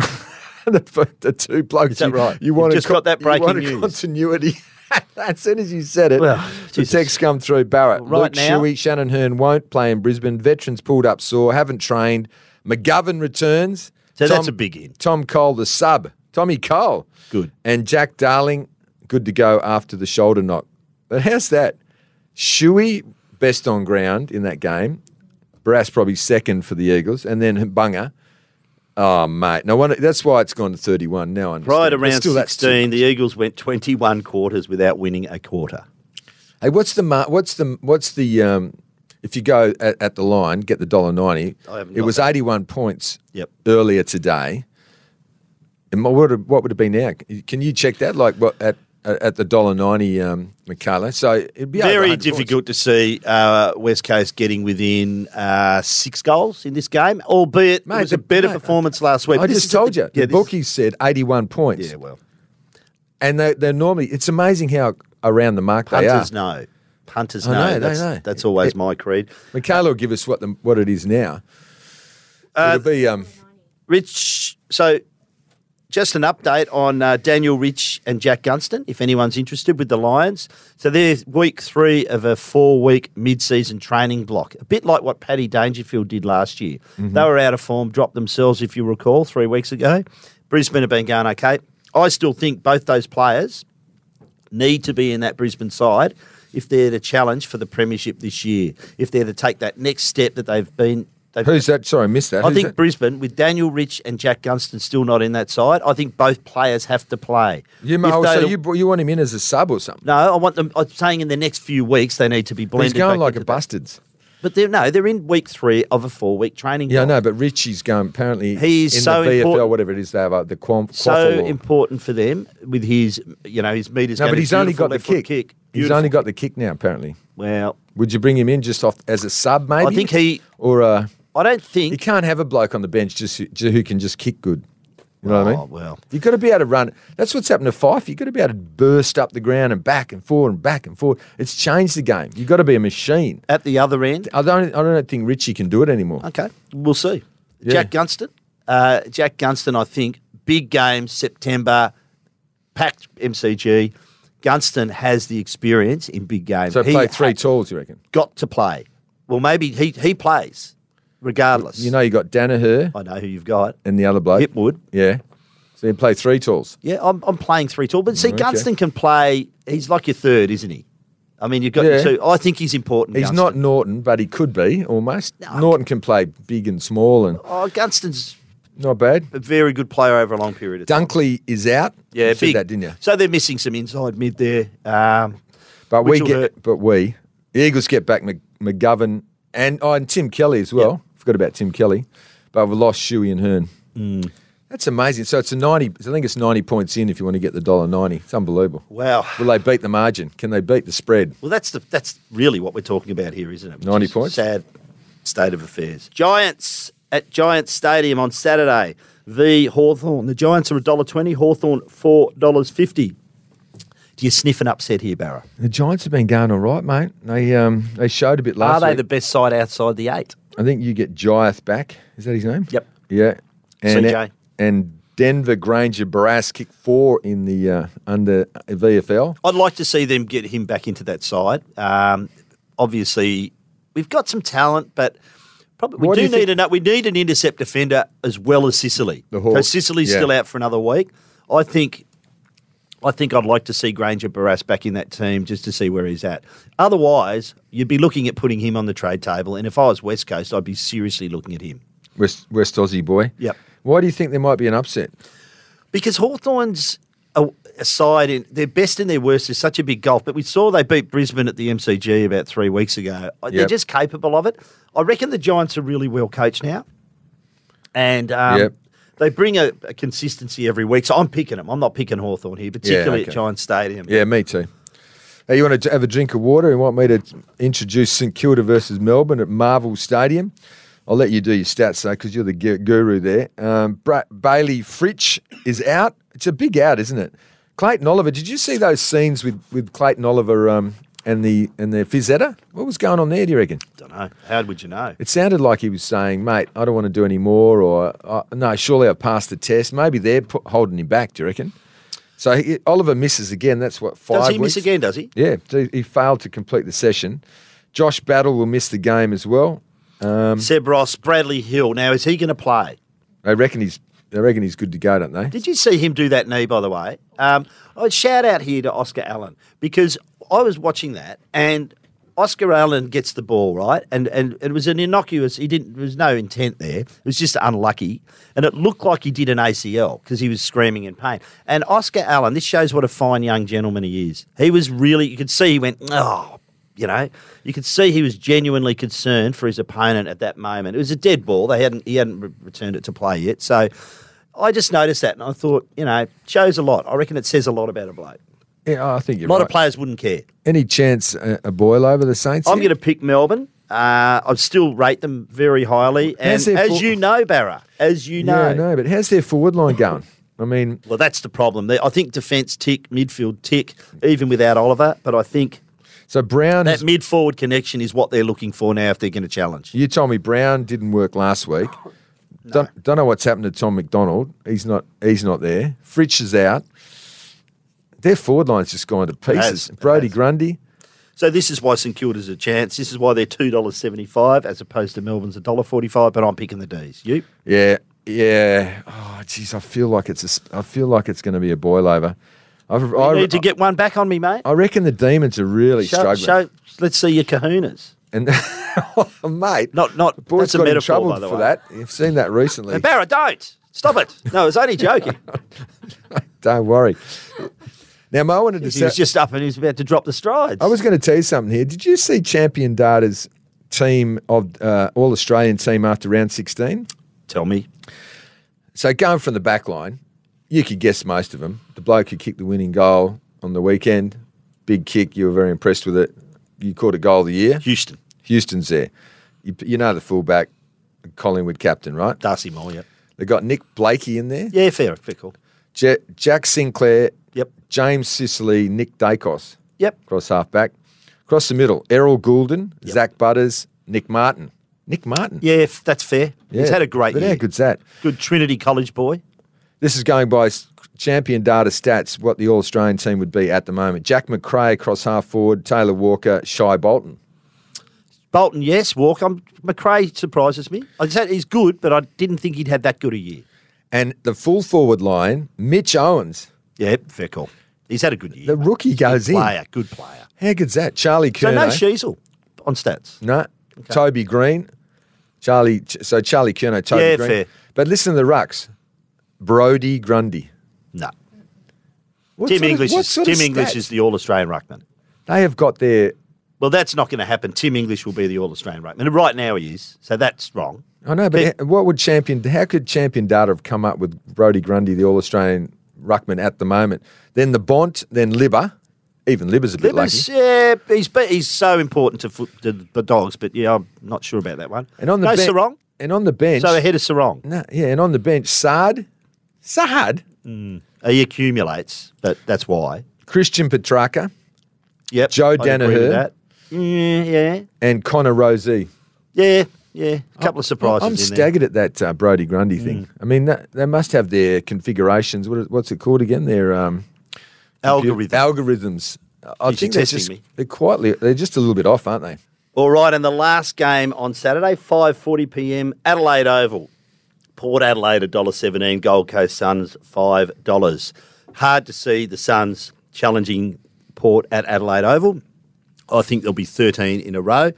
Speaker 4: the, f- the two blokes.
Speaker 3: Is that
Speaker 4: you-
Speaker 3: right?
Speaker 4: You
Speaker 3: You've
Speaker 4: wanted
Speaker 3: just got that breaking
Speaker 4: you wanted
Speaker 3: news.
Speaker 4: continuity. (laughs) as soon as you said it,
Speaker 3: Well,
Speaker 4: the
Speaker 3: Jesus.
Speaker 4: text come through. Barrett,
Speaker 3: Well, right
Speaker 4: Luke
Speaker 3: now-
Speaker 4: Shuey, Shannon Hearn won't play in Brisbane. Veterans pulled up sore, haven't trained. McGovern returns.
Speaker 3: So that's a big in.
Speaker 4: Tom Cole, the sub. Tommy Cole.
Speaker 3: Good.
Speaker 4: And Jack Darling, good to go after the shoulder knock. But how's that? Shuey, best on ground in that game. Brass probably second for the Eagles. And then Bunger. Oh, mate. No wonder. That's why it's gone to 31 now. I understand.
Speaker 3: right
Speaker 4: But
Speaker 3: around
Speaker 4: still, that's too-
Speaker 3: sixteen, the Eagles went twenty-one quarters without winning a quarter.
Speaker 4: Hey, what's the mar- what's the what's the um, if you go at, at the line, get the dollar ninety.
Speaker 3: I haven't
Speaker 4: It
Speaker 3: got
Speaker 4: was
Speaker 3: that.
Speaker 4: eighty one points.
Speaker 3: Yep.
Speaker 4: Earlier today, and what would it, what would it be now? Can you check that? Like what at at at the dollar ninety, um, Michaela? So it'd be over
Speaker 3: Very
Speaker 4: 100 points.
Speaker 3: difficult to see uh, West Coast getting within uh, six goals in this game, albeit
Speaker 4: Mate,
Speaker 3: it was
Speaker 4: the-
Speaker 3: a better
Speaker 4: mate,
Speaker 3: performance last week.
Speaker 4: I
Speaker 3: This
Speaker 4: just
Speaker 3: is at
Speaker 4: told
Speaker 3: the-
Speaker 4: you. the
Speaker 3: this-
Speaker 4: bookies said eighty one points.
Speaker 3: Yeah, well,
Speaker 4: And they they're normally it's amazing how around the mark
Speaker 3: punters
Speaker 4: they are.
Speaker 3: know. Punters
Speaker 4: I
Speaker 3: know.
Speaker 4: know, they
Speaker 3: that's,
Speaker 4: know.
Speaker 3: that's always my creed.
Speaker 4: Michaela will give us what the what it is now.
Speaker 3: Uh,
Speaker 4: It'll be um.
Speaker 3: Rich, so just an update on uh, Daniel Rich and Jack Gunston, if anyone's interested with the Lions. So they're week three of a four week mid season training block, a bit like what Paddy Dangerfield did last year. They were out of form, dropped themselves, if you recall, three weeks ago. Brisbane have been going okay. I still think both those players need to be in that Brisbane side if they're to challenge for the Premiership this year, if they're to take that next step that they've been. They've
Speaker 4: Who's that? Sorry, I missed that.
Speaker 3: I
Speaker 4: Who's
Speaker 3: think
Speaker 4: that?
Speaker 3: Brisbane, with Daniel Rich and Jack Gunston still not in that side, I think both players have to play.
Speaker 4: You,
Speaker 3: If
Speaker 4: oh,
Speaker 3: they-
Speaker 4: so you, br- you want him in as a sub or something?
Speaker 3: no, I want them. I'm saying in the next few weeks they need to be blended.
Speaker 4: He's going
Speaker 3: back
Speaker 4: like a
Speaker 3: into that.
Speaker 4: bustards.
Speaker 3: but they're, no, they're in week three of a four-week training.
Speaker 4: Yeah, I
Speaker 3: block.
Speaker 4: know, but Richie's going apparently
Speaker 3: He's
Speaker 4: in
Speaker 3: so
Speaker 4: the VFL,
Speaker 3: important-
Speaker 4: whatever it is they have, uh, the quam,
Speaker 3: So
Speaker 4: quaffle or-
Speaker 3: important for them with his, you know, his meters.
Speaker 4: No,
Speaker 3: going
Speaker 4: but
Speaker 3: to
Speaker 4: he's only
Speaker 3: beautiful
Speaker 4: got the
Speaker 3: left foot
Speaker 4: kick. He's only
Speaker 3: Beautiful.
Speaker 4: got the kick now, apparently.
Speaker 3: Well,
Speaker 4: Would you bring him in just off as a sub, maybe?
Speaker 3: think he-
Speaker 4: Or uh,
Speaker 3: I don't
Speaker 4: you
Speaker 3: think.
Speaker 4: can't have a bloke on the bench just who, ju- who can just kick good. You know what I
Speaker 3: Oh,
Speaker 4: mean?
Speaker 3: well.
Speaker 4: You've got to be able to run. That's what's happened to Fife. You've got to be able to burst up the ground and back and forward and back and forward. It's changed the game. You've got to be a machine.
Speaker 3: At the other end,
Speaker 4: I don't, I don't think Richie can do it anymore.
Speaker 3: Okay, we'll see.
Speaker 4: Yeah.
Speaker 3: Jack Gunston, uh, Jack Gunston, I think big game September, packed MCG. Gunston has the experience in big games.
Speaker 4: So
Speaker 3: He
Speaker 4: play three
Speaker 3: ha-
Speaker 4: tools, you reckon?
Speaker 3: got to play. Well, maybe he he plays regardless.
Speaker 4: You know, you got Danaher
Speaker 3: I know who you've got.
Speaker 4: and the other bloke.
Speaker 3: Hipwood.
Speaker 4: Yeah. So you play three tools.
Speaker 3: Yeah, I'm, I'm playing three tall, but see,
Speaker 4: Okay.
Speaker 3: Gunston can play. He's like your third, isn't he? I mean, you've got
Speaker 4: Yeah.
Speaker 3: your two. I think he's important.
Speaker 4: He's
Speaker 3: Gunston.
Speaker 4: not Norton, but he could be almost.
Speaker 3: No.
Speaker 4: Norton can play big and small and
Speaker 3: Oh, Gunston's
Speaker 4: not bad.
Speaker 3: a very good player over a long period of time.
Speaker 4: Dunkley is out.
Speaker 3: Yeah,
Speaker 4: you
Speaker 3: big.
Speaker 4: said that, didn't you?
Speaker 3: So they're missing some inside mid there. Um,
Speaker 4: But we
Speaker 3: Which will
Speaker 4: get,
Speaker 3: hurt.
Speaker 4: but we, the Eagles get back Mc, McGovern and oh, and Tim Kelly as well. Forgot about Tim Kelly, but we've lost Shuey and Hearn.
Speaker 3: Mm.
Speaker 4: That's amazing. So it's a ninety. I think it's ninety points in if you want to get the dollar ninety. It's unbelievable.
Speaker 3: Wow.
Speaker 4: Will they beat the margin? Can they beat the spread?
Speaker 3: Well, that's the that's really what we're talking about here, isn't it? Which
Speaker 4: 90
Speaker 3: is a
Speaker 4: points.
Speaker 3: Sad state of affairs. Giants at Giants Stadium on Saturday v Hawthorn. The Giants are $1.20, Hawthorn $4.50. Do you sniff an upset here, Barra?
Speaker 4: The Giants have been going all right, mate. They um they showed a bit last
Speaker 3: are they
Speaker 4: week.
Speaker 3: the best side outside the eight?
Speaker 4: I think you get Giath back. Is that his name?
Speaker 3: Yep.
Speaker 4: Yeah. And
Speaker 3: CJ.
Speaker 4: and Denver Granger Brass kicked four in the uh, under VFL.
Speaker 3: I'd like to see them get him back into that side. Um, obviously, we've got some talent, but probably we
Speaker 4: What do
Speaker 3: do,
Speaker 4: you think-
Speaker 3: need an we need an intercept defender as well as Sicily.
Speaker 4: The Hawks,
Speaker 3: Because Sicily's
Speaker 4: yeah.
Speaker 3: still out for another week. I think. I think I'd like to see Granger Barras back in that team just to see where he's at. Otherwise, you'd be looking at putting him on the trade table. And if I was West Coast, I'd be seriously looking at him.
Speaker 4: West West Aussie boy.
Speaker 3: Yep.
Speaker 4: Why do you think there might be an upset?
Speaker 3: Because Hawthorn's a- aside in their best and their worst is such a big golf. But we saw they beat Brisbane at the MCG about three weeks ago. I- They're
Speaker 4: Yep.
Speaker 3: just capable of it. I reckon the Giants are really well coached now, and um,
Speaker 4: Yep.
Speaker 3: they bring a, a consistency every week. So I'm picking them. I'm not picking Hawthorn here, particularly
Speaker 4: okay.
Speaker 3: at Giants Stadium.
Speaker 4: Yeah, me too. Hey, you want to have a drink of water and want me to introduce St Kilda versus Melbourne at Marvel Stadium? I'll let you do your stats though, because you're the gu- guru there. Um, Bra- Bailey Fritch is out. It's a big out, isn't it? Clayton Oliver. Did you see those scenes with, with Clayton Oliver um, and the and their Fizetta? What was going on there? Do you reckon?
Speaker 3: I don't know. How would you know?
Speaker 4: It sounded like he was saying, "Mate, I don't want to do any more," or uh, "No, surely I passed the test." Maybe they're pu- holding him back. Do you reckon? So he, Oliver misses again. That's what five.
Speaker 3: Does he
Speaker 4: weeks?
Speaker 3: miss again? Does he?
Speaker 4: Yeah, so he failed to complete the session. Josh Battle will miss the game as well. Um,
Speaker 3: Seb Ross, Bradley Hill. Now is he going to play?
Speaker 4: They reckon he's they reckon he's good to go, don't they?
Speaker 3: Did you see him do that knee, by the way? Um, a shout out here to Oscar Allen because I was watching that and Oscar Allen gets the ball, right? And and it was an innocuous, he didn't, there was no intent there. It was just unlucky. And it looked like he did an ACL because he was screaming in pain. And Oscar Allen, this shows what a fine young gentleman he is. He was really, you could see he went, oh, you know, you could see he was genuinely concerned for his opponent at that moment. It was a dead ball. They hadn't, he hadn't re- returned it to play yet. So I just noticed that and I thought, you know, shows a lot. I reckon it says a lot about a bloke.
Speaker 4: Yeah, I think
Speaker 3: A
Speaker 4: you're
Speaker 3: lot
Speaker 4: right.
Speaker 3: of players wouldn't care.
Speaker 4: Any chance a, a boil over the Saints?
Speaker 3: I'm
Speaker 4: here?
Speaker 3: going to pick Melbourne. Uh, I still rate them very highly. And
Speaker 4: How's
Speaker 3: as
Speaker 4: their for-
Speaker 3: you know, Barra, as you know,
Speaker 4: Yeah, no, but how's their forward line going? I mean,
Speaker 3: well, that's the problem. They- I think defence tick, midfield tick, even without Oliver. But I think
Speaker 4: so Brown.
Speaker 3: that
Speaker 4: Has,
Speaker 3: mid forward connection is what they're looking for now if they're going to challenge.
Speaker 4: you told me Brown didn't work last week. Don't, don't know what's happened to Tom McDonald. He's not. He's not there. Fritsch is out. Their forward line's just gone to pieces.
Speaker 3: has, it
Speaker 4: Brody
Speaker 3: has.
Speaker 4: Grundy.
Speaker 3: So this is why St Kilda's a chance. This is why they're two dollars seventy five as opposed to Melbourne's a dollar forty five. But I'm picking the D's. You?
Speaker 4: Yeah, yeah. Oh, jeez, I feel like it's a s I feel like it's going to be a boilover. I've,
Speaker 3: You
Speaker 4: I,
Speaker 3: need to get one back on me, mate.
Speaker 4: I reckon the demons are really
Speaker 3: Show,
Speaker 4: struggling.
Speaker 3: show, let's see your kahunas.
Speaker 4: And (laughs) Oh, mate,
Speaker 3: Not- not-
Speaker 4: the boys
Speaker 3: that's a
Speaker 4: got in
Speaker 3: metaphor,
Speaker 4: trouble
Speaker 3: by the
Speaker 4: for
Speaker 3: way.
Speaker 4: that. You've seen that recently.
Speaker 3: And Barra, don't. Stop it. No, I
Speaker 4: (laughs)
Speaker 3: was only joking.
Speaker 4: Don't worry. Now, Mo, I wanted to
Speaker 3: he was
Speaker 4: say,
Speaker 3: just up and he was about to drop the strides.
Speaker 4: I was going to tell you something here. Did you see Champion Data's team of uh, All Australian team after round sixteen?
Speaker 3: Tell me.
Speaker 4: So going from the back line, you could guess most of them. The bloke who kicked the winning goal on the weekend, big kick. You were very impressed with it. You caught a goal of the year.
Speaker 3: Houston,
Speaker 4: Houston's there. You, you know the fullback, Collingwood captain, right?
Speaker 3: Darcy Moore, yep.
Speaker 4: They got Nick Blakey in there.
Speaker 3: Yeah, fair, fair call.
Speaker 4: Ja- Jack Sinclair.
Speaker 3: Yep.
Speaker 4: James Sicily, Nick Dacos,
Speaker 3: Yep.
Speaker 4: cross halfback. Across the middle, Errol Goulden, Zach Butters, Nick Martin. Nick Martin.
Speaker 3: Yeah, f- that's fair. He's had a great
Speaker 4: but
Speaker 3: year.
Speaker 4: How good's that?
Speaker 3: Good Trinity College boy.
Speaker 4: This is going by s- champion data stats, what the All Australian team would be at the moment. Jack McRae, cross half forward, Taylor Walker, Shy Bolton.
Speaker 3: Bolton, yes. Walk. I'm, McRae surprises me. I said he's good, but I didn't think he'd had that good a year.
Speaker 4: And the full forward line, Mitch Owens,
Speaker 3: Yeah, fair call. He's had a good year.
Speaker 4: the
Speaker 3: mate.
Speaker 4: rookie goes in.
Speaker 3: player, good player.
Speaker 4: How good's that? Charlie
Speaker 3: So no
Speaker 4: Kerno.
Speaker 3: Sheasel on stats.
Speaker 4: no. Toby Green. Charlie Ch- so Charlie Kerno, Toby
Speaker 3: Yeah,
Speaker 4: Green.
Speaker 3: fair.
Speaker 4: But listen to the rucks. Brody Grundy.
Speaker 3: No.
Speaker 4: What
Speaker 3: Tim
Speaker 4: sort of-
Speaker 3: English
Speaker 4: what
Speaker 3: is
Speaker 4: sort of
Speaker 3: Tim English
Speaker 4: stats?
Speaker 3: is the All Australian ruckman.
Speaker 4: They have got their
Speaker 3: Well, that's not going to happen. Tim English will be the All Australian ruckman. And right now he is, so that's wrong.
Speaker 4: I know, but
Speaker 3: They-
Speaker 4: h- what would champion? How could champion data have come up with Brody Grundy, the All Australian ruckman at the moment? Then the Bont, then Libba, even Libba's a bit
Speaker 3: Lippers,
Speaker 4: lucky.
Speaker 3: yeah, he's but he's so important to, foot, to the dogs, but yeah, I'm not sure about that one.
Speaker 4: And on the
Speaker 3: no
Speaker 4: ben-
Speaker 3: Sarong,
Speaker 4: and on the bench,
Speaker 3: so ahead of Sarong,
Speaker 4: no, yeah, and on the bench, Saad, Saad,
Speaker 3: he accumulates, but that's why.
Speaker 4: Christian Petrarca,
Speaker 3: Yep,
Speaker 4: Joe
Speaker 3: I'd agree with
Speaker 4: Danaher.
Speaker 3: that. Yeah, Mm, yeah,
Speaker 4: and Connor Rosie.
Speaker 3: yeah, yeah. A couple of surprises.
Speaker 4: I'm
Speaker 3: in there. Mm.
Speaker 4: staggered at that uh, Brody Grundy thing. I mean, that, they must have their configurations. What, is- what's it called again? Their um,
Speaker 3: Algorithm.
Speaker 4: algorithms. I
Speaker 3: You're
Speaker 4: think they're
Speaker 3: testing
Speaker 4: just
Speaker 3: me.
Speaker 4: they're quietly they're just a little bit off, aren't they?
Speaker 3: All right, and the last game on Saturday, 5:40 p.m. Adelaide Oval. Port Adelaide $1.17, Gold Coast Suns $5. Hard to see the Suns challenging Port at Adelaide Oval. I think there'll be 13 in a row.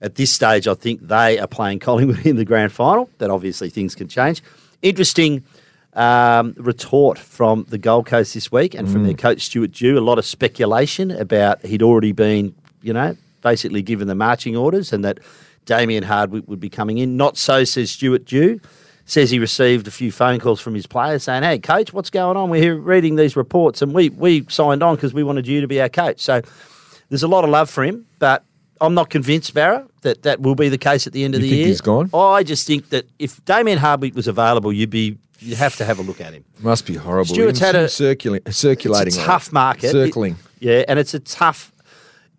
Speaker 3: At this stage, (laughs) I think they are playing Collingwood in the grand final, but obviously things can change. Interesting um, retort from the Gold Coast this week and
Speaker 4: Mm.
Speaker 3: from their coach Stuart Dew. A lot of speculation about he'd already been, you know, basically given the marching orders and that Damien Hardwick would be coming in. Not so, says Stuart Dew. Says he received a few phone calls from his players saying, "Hey, coach, what's going on? We're here reading these reports, and we we signed on because we wanted you to be our coach." So there's a lot of love for him, but I'm not convinced, Barra, that that will be the case at the end of
Speaker 4: You
Speaker 3: the
Speaker 4: think
Speaker 3: year.
Speaker 4: he's gone?
Speaker 3: I just think that if Damien Hardwick was available, you'd be you'd have to have a look at him.
Speaker 4: Must be horrible.
Speaker 3: Stewart's
Speaker 4: Even
Speaker 3: had a-
Speaker 4: circulating, circulating.
Speaker 3: It's a
Speaker 4: like
Speaker 3: tough
Speaker 4: that.
Speaker 3: market.
Speaker 4: Circling.
Speaker 3: It- yeah, and it's a tough.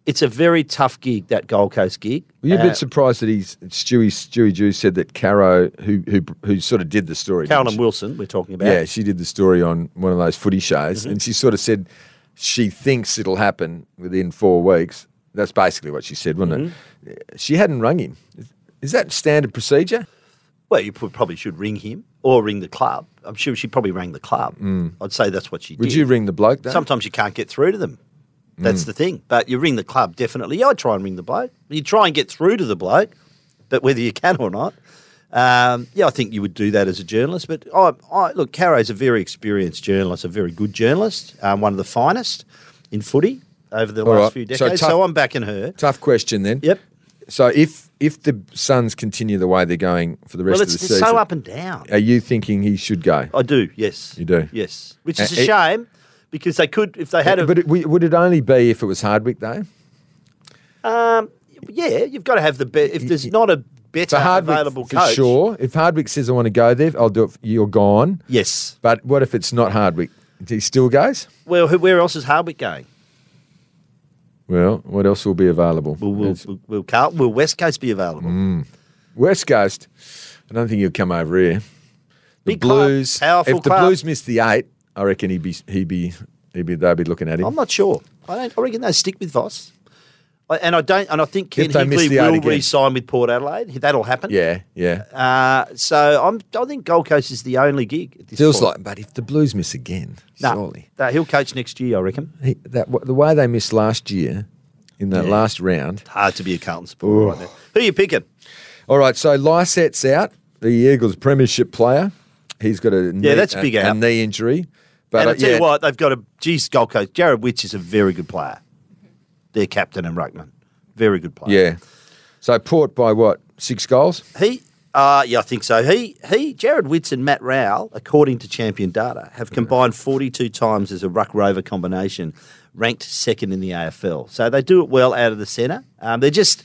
Speaker 3: It's a very tough gig that Gold Coast gig.
Speaker 4: Were you a
Speaker 3: Uh,
Speaker 4: bit surprised that he's Stewie Stewie Jew said that Caro, who who who sort of did the story, didn't
Speaker 3: Carolyn
Speaker 4: she?
Speaker 3: Wilson, we're talking about.
Speaker 4: Yeah, she did the story on one of those footy shows,
Speaker 3: Mm-hmm.
Speaker 4: and she sort of said she thinks it'll happen within four weeks. That's basically what she said, wasn't
Speaker 3: Mm-hmm.
Speaker 4: it? She hadn't rung him. Is that standard procedure?
Speaker 3: Well, you pro- probably should ring him or ring the club. I'm sure she probably rang the club. I'd say that's what she
Speaker 4: Mm. Would
Speaker 3: did.
Speaker 4: you ring the bloke? Though?
Speaker 3: Sometimes you can't get through to them.
Speaker 4: Mm.
Speaker 3: That's the thing. But you ring the club, definitely. Yeah, I try and ring the bloke. You try and get through to the bloke, but whether you can or not, um, yeah, I think you would do that as a journalist. But I, I look, Caro's a very experienced journalist, a very good journalist, um, one of the finest in footy over the
Speaker 4: All
Speaker 3: last
Speaker 4: right.
Speaker 3: few
Speaker 4: So
Speaker 3: decades. So,
Speaker 4: tough-
Speaker 3: I'm backing her.
Speaker 4: Tough question then.
Speaker 3: Yep.
Speaker 4: So if if the Suns continue the way they're going for the rest
Speaker 3: Well,
Speaker 4: of
Speaker 3: it's,
Speaker 4: the
Speaker 3: it's
Speaker 4: season,
Speaker 3: so up and down.
Speaker 4: are you thinking he should go?
Speaker 3: I do. Yes,
Speaker 4: You do?
Speaker 3: Yes, which is
Speaker 4: Uh,
Speaker 3: a
Speaker 4: it-
Speaker 3: shame because they could, if they had a
Speaker 4: but it, we- would it only be if it was Hardwick though?
Speaker 3: Um, yeah, you've got to have the best. If there's not a better
Speaker 4: For Hardwick,
Speaker 3: available
Speaker 4: for
Speaker 3: coach,
Speaker 4: sure. If Hardwick says I want to go there, I'll do it. You're gone.
Speaker 3: Yes.
Speaker 4: But what if it's not Hardwick? He still goes?
Speaker 3: Well, who, where else is Hardwick going?
Speaker 4: Well, what else will be available?
Speaker 3: Will will,
Speaker 4: It's-
Speaker 3: will, will, Carl, will West Coast be available?
Speaker 4: Mm, West Coast, I don't think he'll come over here. The
Speaker 3: Big club,
Speaker 4: Blues,
Speaker 3: powerful
Speaker 4: if the
Speaker 3: club.
Speaker 4: Blues miss the eight, I reckon he'd be he'd be he'd be they'd be looking at him.
Speaker 3: I'm not sure. I don't. I reckon they stick with Voss. I, and I don't. And I think Ken
Speaker 4: If they miss
Speaker 3: Hickley
Speaker 4: the eight
Speaker 3: will
Speaker 4: again.
Speaker 3: re-sign with Port Adelaide. That'll happen.
Speaker 4: yeah, yeah.
Speaker 3: Uh, so I'm. I think Gold Coast is the only gig. At this
Speaker 4: Feels
Speaker 3: point.
Speaker 4: like, but if the Blues miss again,
Speaker 3: Nah,
Speaker 4: surely
Speaker 3: nah, he'll coach next year. I reckon.
Speaker 4: he, that w- the way they missed last year in that last round.
Speaker 3: Hard to be a Carlton supporter right there. Who are you picking?
Speaker 4: All right, so Lysette's out, the Eagles' premiership player. He's got a knee,
Speaker 3: that's a big out.
Speaker 4: knee injury. But
Speaker 3: and
Speaker 4: uh,
Speaker 3: I tell
Speaker 4: yeah,
Speaker 3: you what, they've got a geez, Gold Coast. Jared Witch is a very good player. Their captain and ruckman, very good player.
Speaker 4: Yeah. So Port by what? Six goals?
Speaker 3: he, uh, yeah, I think so. He, he, Jared Witz and Matt Rowell, according to Champion Data, have combined 42 times as a ruck rover combination, ranked second in the AFL. So they do it well out of the centre. Um, they're just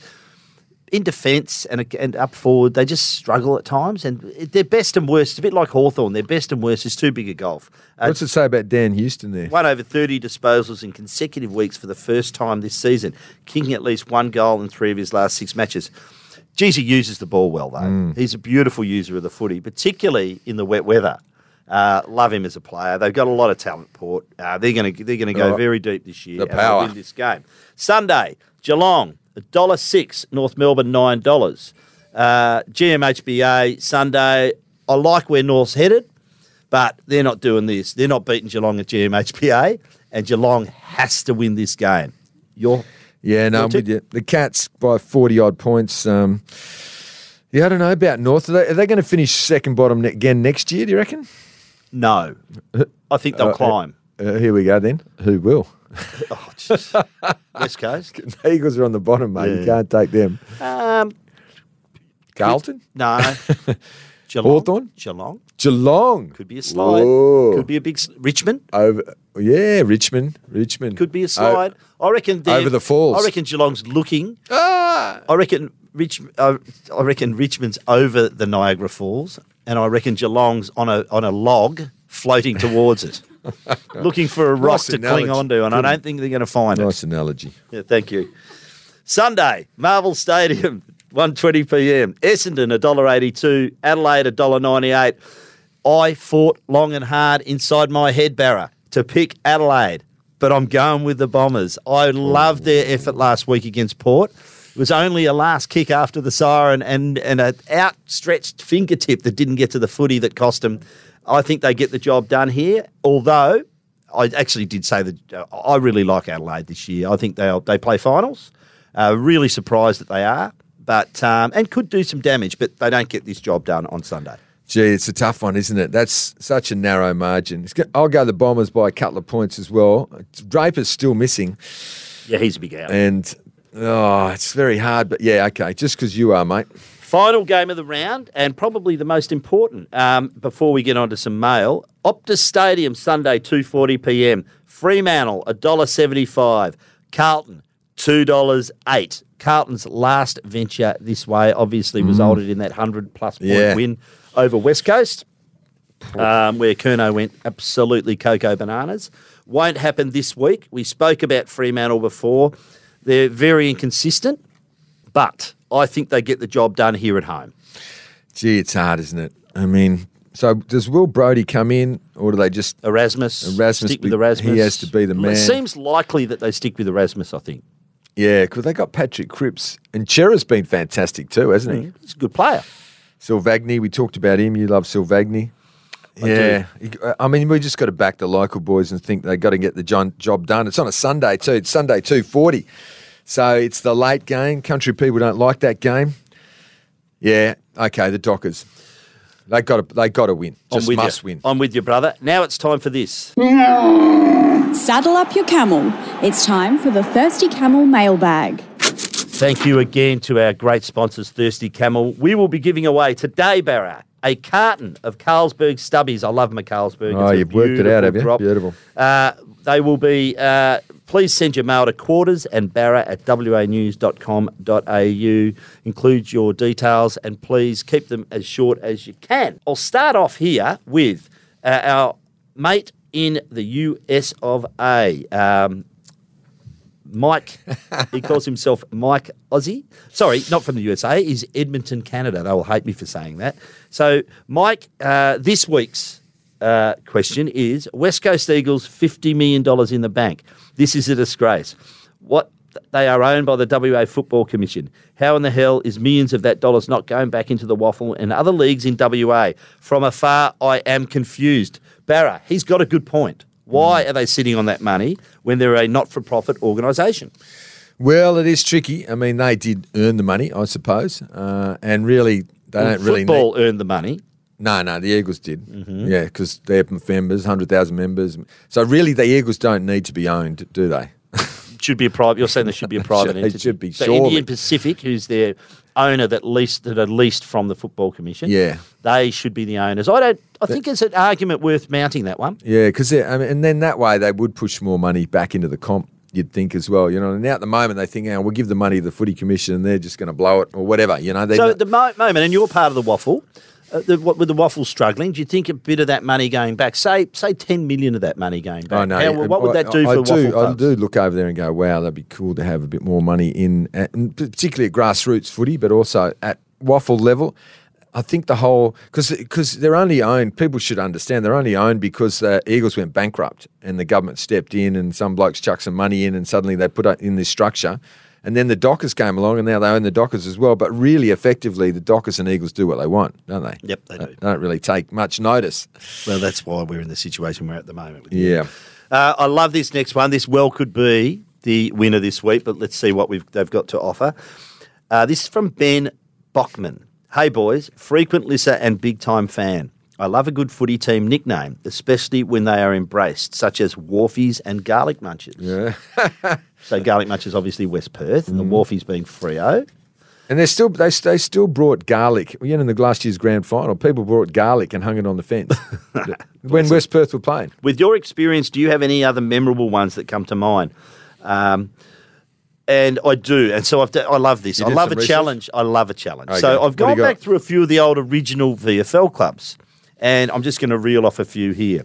Speaker 3: in defence and, and up forward, they just struggle at times. And their best and worst, it's a bit like Hawthorn. their best and worst is too big a golf. Uh,
Speaker 4: What's it say about Dan Houston there?
Speaker 3: won over 30 disposals in consecutive weeks for the first time this season, kicking at least one goal in three of his last six matches. Geez, he uses the ball well, though.
Speaker 4: Mm.
Speaker 3: He's a beautiful user of the footy, particularly in the wet weather. Uh, love him as a player. They've got a lot of talent, Port. Uh, they're going to they're going to go
Speaker 4: All right.
Speaker 3: very deep this year.
Speaker 4: The
Speaker 3: and they'll
Speaker 4: power.
Speaker 3: win this game Sunday, Geelong dollar six, North Melbourne nine dollars. Uh, GMHBA Sunday. I like where North's headed. But they're not doing this. They're not beating Geelong at GMHPA, and Geelong has to win this game. Your
Speaker 4: Yeah, no, I'm
Speaker 3: What's
Speaker 4: with
Speaker 3: it?
Speaker 4: you. The Cats by 40 odd points. Um, yeah, I don't know about North. Are they, are they going to finish second bottom ne- again next year, do you reckon?
Speaker 3: no, I think they'll
Speaker 4: Uh,
Speaker 3: climb.
Speaker 4: Uh, here we go then. Who will? (laughs)
Speaker 3: Oh, jeez. West Coast.
Speaker 4: The Eagles are on the bottom, mate. You
Speaker 3: Yeah.
Speaker 4: can't take them.
Speaker 3: Um,
Speaker 4: Carlton? (laughs)
Speaker 3: no. Geelong.
Speaker 4: Hawthorn?
Speaker 3: Geelong
Speaker 4: Geelong.
Speaker 3: could be a slide.
Speaker 4: Whoa.
Speaker 3: Could be a big s- Richmond.
Speaker 4: Over, yeah, Richmond. Richmond. Oh,
Speaker 3: Could be a slide. I reckon they're-
Speaker 4: Over the falls.
Speaker 3: I reckon Geelong's looking.
Speaker 4: Oh, ah!
Speaker 3: I reckon Rich. Uh, I reckon Richmond's over the Niagara Falls, and I reckon Geelong's on a on a log floating
Speaker 4: (laughs)
Speaker 3: towards it, looking for a rock
Speaker 4: Nice
Speaker 3: to
Speaker 4: analogy.
Speaker 3: cling onto, and I don't think they're going to find
Speaker 4: Nice analogy.
Speaker 3: it. Yeah, thank you. Sunday, Marvel Stadium, (laughs) 1.20 p.m. Essendon, $1.82. Adelaide, $1.98. I fought long and hard inside my head barra to pick Adelaide, but I'm going with the Bombers. I loved their effort last week against Port. It was only a last kick after the siren and, and an outstretched fingertip that didn't get to the footy that cost them. I think they get the job done here, although I actually did say that uh, I really like Adelaide this year. I think they'll, they play finals. Uh, really surprised that they are, but um, and could do some damage, but they don't get this job done on Sunday.
Speaker 4: Gee, it's a tough one, isn't it? That's such a narrow margin. It's go- I'll go the Bombers by a couple of points as well. Draper's still missing,
Speaker 3: Yeah, he's a big out.
Speaker 4: and oh, it's very hard. But yeah, okay, just because you are, mate.
Speaker 3: Final game of the round, and probably the most important. Um, before we get on to some mail, Optus Stadium Sunday, two forty p.m. Fremantle $1.75. Carlton two dollars eight. Carlton's last venture this way obviously resulted in that hundred plus point
Speaker 4: Yeah.
Speaker 3: win over West Coast, um, where Kerno went absolutely cocoa bananas. Won't happen this week. We spoke about Fremantle before. They're very inconsistent but I think they get the job done here at home.
Speaker 4: Gee, it's hard, isn't it? I mean, so does Will Brody come in, or do they just?
Speaker 3: Erasmus,
Speaker 4: Erasmus
Speaker 3: stick
Speaker 4: be-
Speaker 3: with Erasmus.
Speaker 4: he has to be the man.
Speaker 3: It seems likely that they stick with Erasmus. I think
Speaker 4: Yeah, because they got Patrick Cripps, and Chera's been fantastic too, hasn't he?
Speaker 3: he's a good player.
Speaker 4: Silvagni, we talked about him. You love Silvagni.
Speaker 3: I
Speaker 4: yeah, You- I mean, we just got to back the local boys and think they got to get the jo- job done. It's on a Sunday too. It's Sunday two forty, so it's the late game. Country people don't like that game. Yeah, okay, the Dockers. They got to. They got to win.
Speaker 3: I'm
Speaker 4: Just
Speaker 3: with
Speaker 4: must
Speaker 3: you.
Speaker 4: win.
Speaker 3: I'm with you, brother. Now it's time for this.
Speaker 5: Saddle up your camel. It's time for the Thirsty Camel mailbag.
Speaker 3: Thank you again to our great sponsors, Thirsty Camel. We will be giving away today, Barra, a carton of Carlsberg Stubbies. I love my Carlsberg.
Speaker 4: Oh,
Speaker 3: It's a
Speaker 4: you've worked it out, have you?
Speaker 3: beautiful drop.
Speaker 4: Beautiful.
Speaker 3: Uh, they will be. Uh, please send your mail to quarters and barra at wanews.com.au. Include your details and please keep them as short as you can. I'll start off here with uh, our mate in the US of A. Um, Mike, he calls himself Mike Aussie. Sorry, not from the USA. He's Edmonton, Canada. They will hate me for saying that. So, Mike, uh, this week's uh, question is West Coast Eagles $50 million in the bank. This is a disgrace. What they are owned by the WA Football Commission. How in the hell is millions of that dollars not going back into the waffle and other leagues in WA? From afar, I am confused. Barra, he's got a good point. Why are they sitting on that money when they're a not for profit organisation?
Speaker 4: Well, it is tricky. I mean, they did earn the money, I suppose, uh, and really, they don't really need-
Speaker 3: Football earned the money.
Speaker 4: No, no, the Eagles did.
Speaker 3: Mm-hmm.
Speaker 4: Yeah, because they're members, 100,000 members. So really, the Eagles don't need to be owned, do
Speaker 3: (laughs)
Speaker 4: they?
Speaker 3: It should be a private. You're saying
Speaker 4: (laughs)
Speaker 3: there should be a private
Speaker 4: should- it
Speaker 3: entity.
Speaker 4: should be,
Speaker 3: so
Speaker 4: surely.
Speaker 3: Indian Pacific, who's their owner that leased that are leased from the football commission.
Speaker 4: Yeah.
Speaker 3: they should be the owners. I don't. I think it's an argument worth mounting that one.
Speaker 4: Yeah, because I mean, and then that way they would push more money back into the comp. You'd think as well, you know. And now at the moment they think, oh, we'll give the money to the footy commission, and they're just going to blow it or whatever, you know. They
Speaker 3: So at the mo- moment, and you're part of the waffle. Uh, the, what, with the waffle struggling, do you think a bit of that money going back? Say, say ten million of that money going back.
Speaker 4: I know.
Speaker 3: How- what would
Speaker 4: Oh, I-
Speaker 3: that do
Speaker 4: I,
Speaker 3: for
Speaker 4: I do,
Speaker 3: waffle
Speaker 4: I
Speaker 3: clubs?
Speaker 4: do look over there and go, wow, that'd be cool to have a bit more money in, at, and particularly at grassroots footy, but also at waffle level. I think the whole because they're only owned. People should understand they're only owned because uh, Eagles went bankrupt and the government stepped in and some blokes chucked some money in and suddenly they put in this structure. And then the Dockers came along and now they own the Dockers as well. But really, effectively, the Dockers and Eagles do what they want, don't they?
Speaker 3: Yep, they do.
Speaker 4: They don't really take much notice.
Speaker 3: Well, that's why we're in the situation we're at the moment. With
Speaker 4: Yeah.
Speaker 3: Uh, I love this next one. This well could be the winner this week, but let's see what we've they've got to offer. Uh, this is from Ben Bachman. Hey boys, frequent listener and big time fan. I love a good footy team nickname, especially when they are embraced, such as Wharfies and Garlic Munchers. Yeah. (laughs) so Garlic Munchers, obviously West Perth, and the Wharfies being Frio.
Speaker 4: And they still they, they still brought garlic. You know, in the last year's grand final, people brought garlic and hung it on the (laughs) fence when West Perth were playing.
Speaker 3: With your experience, do you have any other memorable ones that come to mind? Um, and I do, and so I've d- I love this.
Speaker 4: You
Speaker 3: I
Speaker 4: did
Speaker 3: love a
Speaker 4: some research?
Speaker 3: challenge. I love a challenge.
Speaker 4: Okay.
Speaker 3: So
Speaker 4: What
Speaker 3: I've
Speaker 4: do you
Speaker 3: gone
Speaker 4: got?
Speaker 3: back through a few of the old original VFL clubs, and I'm just going to reel off a few here.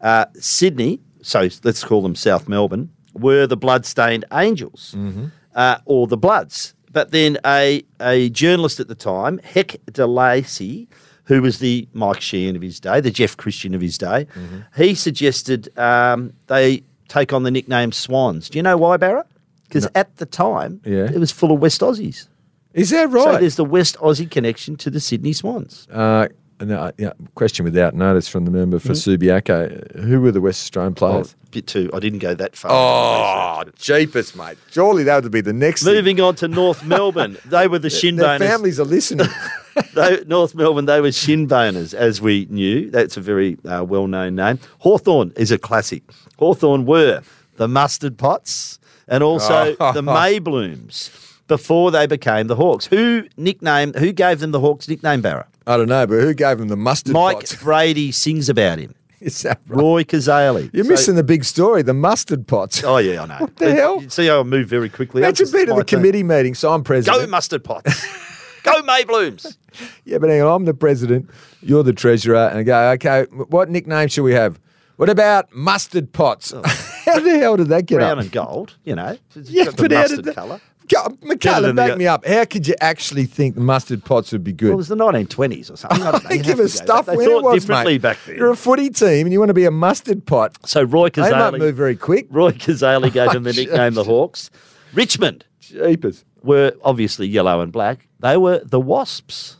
Speaker 3: Uh, Sydney, so let's call them South Melbourne, were the Bloodstained Angels uh, or the Bloods. But then a, a journalist at the time, Heck DeLacy, who was the Mike Sheehan of his day, the Jeff Christian of his day, he suggested um, they take on the nickname Swans. Do you know why, Barrett? Because at the time,
Speaker 4: Yeah.
Speaker 3: it was full of West Aussies.
Speaker 4: Is that
Speaker 3: So
Speaker 4: right?
Speaker 3: there's the West Aussie connection to the Sydney Swans.
Speaker 4: uh, no, yeah, question without notice from the member for Subiaco. Who were the West Australian players?
Speaker 3: bit too. I didn't go that far.
Speaker 4: Oh, cheapest mate. Surely that would be the next. thing. (laughs)
Speaker 3: Moving on to North Melbourne, they were the
Speaker 4: Their (laughs)
Speaker 3: Shinboners.
Speaker 4: families are listening.
Speaker 3: (laughs) they, North Melbourne, they were shinboners, as we knew. That's a very uh, well known name. Hawthorn is a classic. Hawthorn were the mustard pots
Speaker 4: (laughs)
Speaker 3: and also the Maybloom's before they became the Hawks. Who nicknamed, who gave them the Hawks nickname, Barra?
Speaker 4: I don't know, but who gave him the mustard
Speaker 3: Mike
Speaker 4: pots? (laughs)
Speaker 3: Brady sings about him.
Speaker 4: Is that right?
Speaker 3: Roy Kazali.
Speaker 4: You're missing the big story, the mustard pots.
Speaker 3: Oh, yeah, I know. What
Speaker 4: the hell?
Speaker 3: See how I move very quickly.
Speaker 4: Imagine
Speaker 3: That's
Speaker 4: being at
Speaker 3: my
Speaker 4: the
Speaker 3: thing.
Speaker 4: committee meeting. So I'm president.
Speaker 3: Go
Speaker 4: (laughs)
Speaker 3: mustard pots. Go Maybloom's.
Speaker 4: Yeah, but hang on, I'm the president, you're the treasurer, and I go, okay, wh- what nickname should we have? What about mustard pots? (laughs) How the hell did that get
Speaker 3: Oh. Brown
Speaker 4: up?
Speaker 3: and gold, you know.
Speaker 4: (laughs)
Speaker 3: It's
Speaker 4: yeah,
Speaker 3: got the
Speaker 4: but how
Speaker 3: mustard
Speaker 4: did that?
Speaker 3: colour.
Speaker 4: Go-
Speaker 3: Better
Speaker 4: Michaela,
Speaker 3: than the-
Speaker 4: back me up. How could you actually think mustard pots would be
Speaker 3: Well,
Speaker 4: good?
Speaker 3: it was the 1920s or something.
Speaker 4: (laughs)
Speaker 3: I don't know.
Speaker 4: they
Speaker 3: You
Speaker 4: give
Speaker 3: have
Speaker 4: us
Speaker 3: to go
Speaker 4: stuff
Speaker 3: back. They
Speaker 4: when
Speaker 3: thought
Speaker 4: it was,
Speaker 3: differently
Speaker 4: mate.
Speaker 3: back
Speaker 4: You're
Speaker 3: then.
Speaker 4: a footy team and you want to be a mustard pot.
Speaker 3: So Roy
Speaker 4: They might
Speaker 3: Kazali,
Speaker 4: move very Oh, quick.
Speaker 3: (laughs) Roy
Speaker 4: (laughs)
Speaker 3: Kazali gave him the nickname the Hawks. Richmond
Speaker 4: Jeepers.
Speaker 3: were obviously yellow and black. They were the Wasps.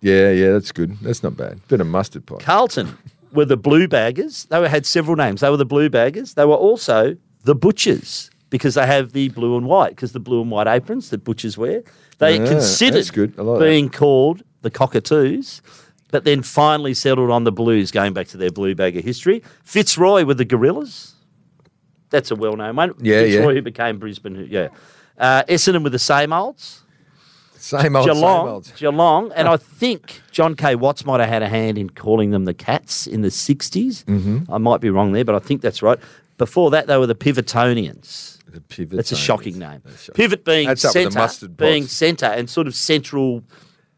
Speaker 4: Yeah, yeah, that's good. That's not bad. Bit of mustard pot.
Speaker 3: Carlton were the Blue Baggers. They were, had several names. They were the Blue Baggers. They were also the Butchers because they have the blue and white, because the blue and white aprons that butchers wear. They
Speaker 4: Yeah,
Speaker 3: considered
Speaker 4: Ah, that's good. I like that.
Speaker 3: being called the Cockatoos, but then finally settled on the Blues, going back to their Blue Bagger history. Fitzroy were the Gorillas. That's a well known one.
Speaker 4: Yeah, yeah.
Speaker 3: Fitzroy, who became Brisbane, who- yeah. Uh, Essendon were the same olds.
Speaker 4: Same old, same
Speaker 3: Geelong,
Speaker 4: old.
Speaker 3: Geelong, and I think John K. Watts might have had a hand in calling them the Cats in the '60s. Mm-hmm. I might be wrong there, but I think that's right. Before that, they were the Pivotonians.
Speaker 4: The pivot
Speaker 3: That's a
Speaker 4: zone.
Speaker 3: shocking name.
Speaker 4: That's shocking.
Speaker 3: Pivot being
Speaker 4: That's up with the
Speaker 3: centre,
Speaker 4: mustard pots.
Speaker 3: being centre, and sort of central,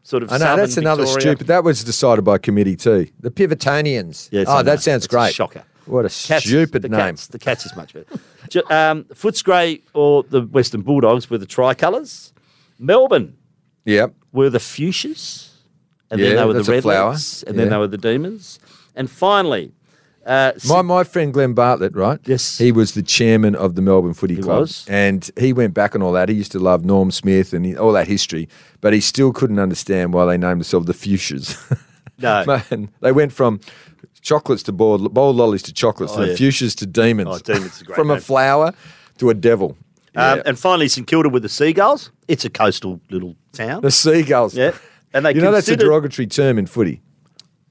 Speaker 3: sort of.
Speaker 4: I know
Speaker 3: southern
Speaker 4: that's another
Speaker 3: Victoria.
Speaker 4: stupid. That was decided by committee too. The Pivotonians.
Speaker 3: Yes, I
Speaker 4: oh,
Speaker 3: know.
Speaker 4: that sounds
Speaker 3: That's a
Speaker 4: great.
Speaker 3: shocker.
Speaker 4: What a
Speaker 3: Cats,
Speaker 4: stupid
Speaker 3: the
Speaker 4: name.
Speaker 3: Cats, the Cats is much better. Ju- um, Footscray or the Western Bulldogs were the tricolours. Melbourne
Speaker 4: Yep.
Speaker 3: were the fuchsias, and then
Speaker 4: Yeah,
Speaker 3: they were the
Speaker 4: that's a
Speaker 3: red
Speaker 4: flower.
Speaker 3: lights, and then
Speaker 4: Yeah.
Speaker 3: they were the demons, and finally, uh, s-
Speaker 4: My my friend Glenn Bartlett, right?
Speaker 3: Yes.
Speaker 4: He was the chairman of the Melbourne Footy Club,
Speaker 3: was.
Speaker 4: and he went back on all that. He used to love Norm Smith and he, all that history, but he still couldn't understand why they named themselves the Fuchsias.
Speaker 3: no, um,
Speaker 4: (laughs) Man, they went from chocolates to bowl, bowl lollies to chocolates,
Speaker 3: Oh,
Speaker 4: then
Speaker 3: yeah.
Speaker 4: Fuchsias to demons.
Speaker 3: Oh, demons is a
Speaker 4: (laughs)
Speaker 3: great
Speaker 4: from
Speaker 3: name.
Speaker 4: a flower to a devil.
Speaker 3: um,
Speaker 4: Yeah.
Speaker 3: and finally St Kilda with the seagulls. It's a coastal little town.
Speaker 4: the seagulls.
Speaker 3: Yeah, and they
Speaker 4: you know that's a
Speaker 3: considered-
Speaker 4: derogatory term in footy.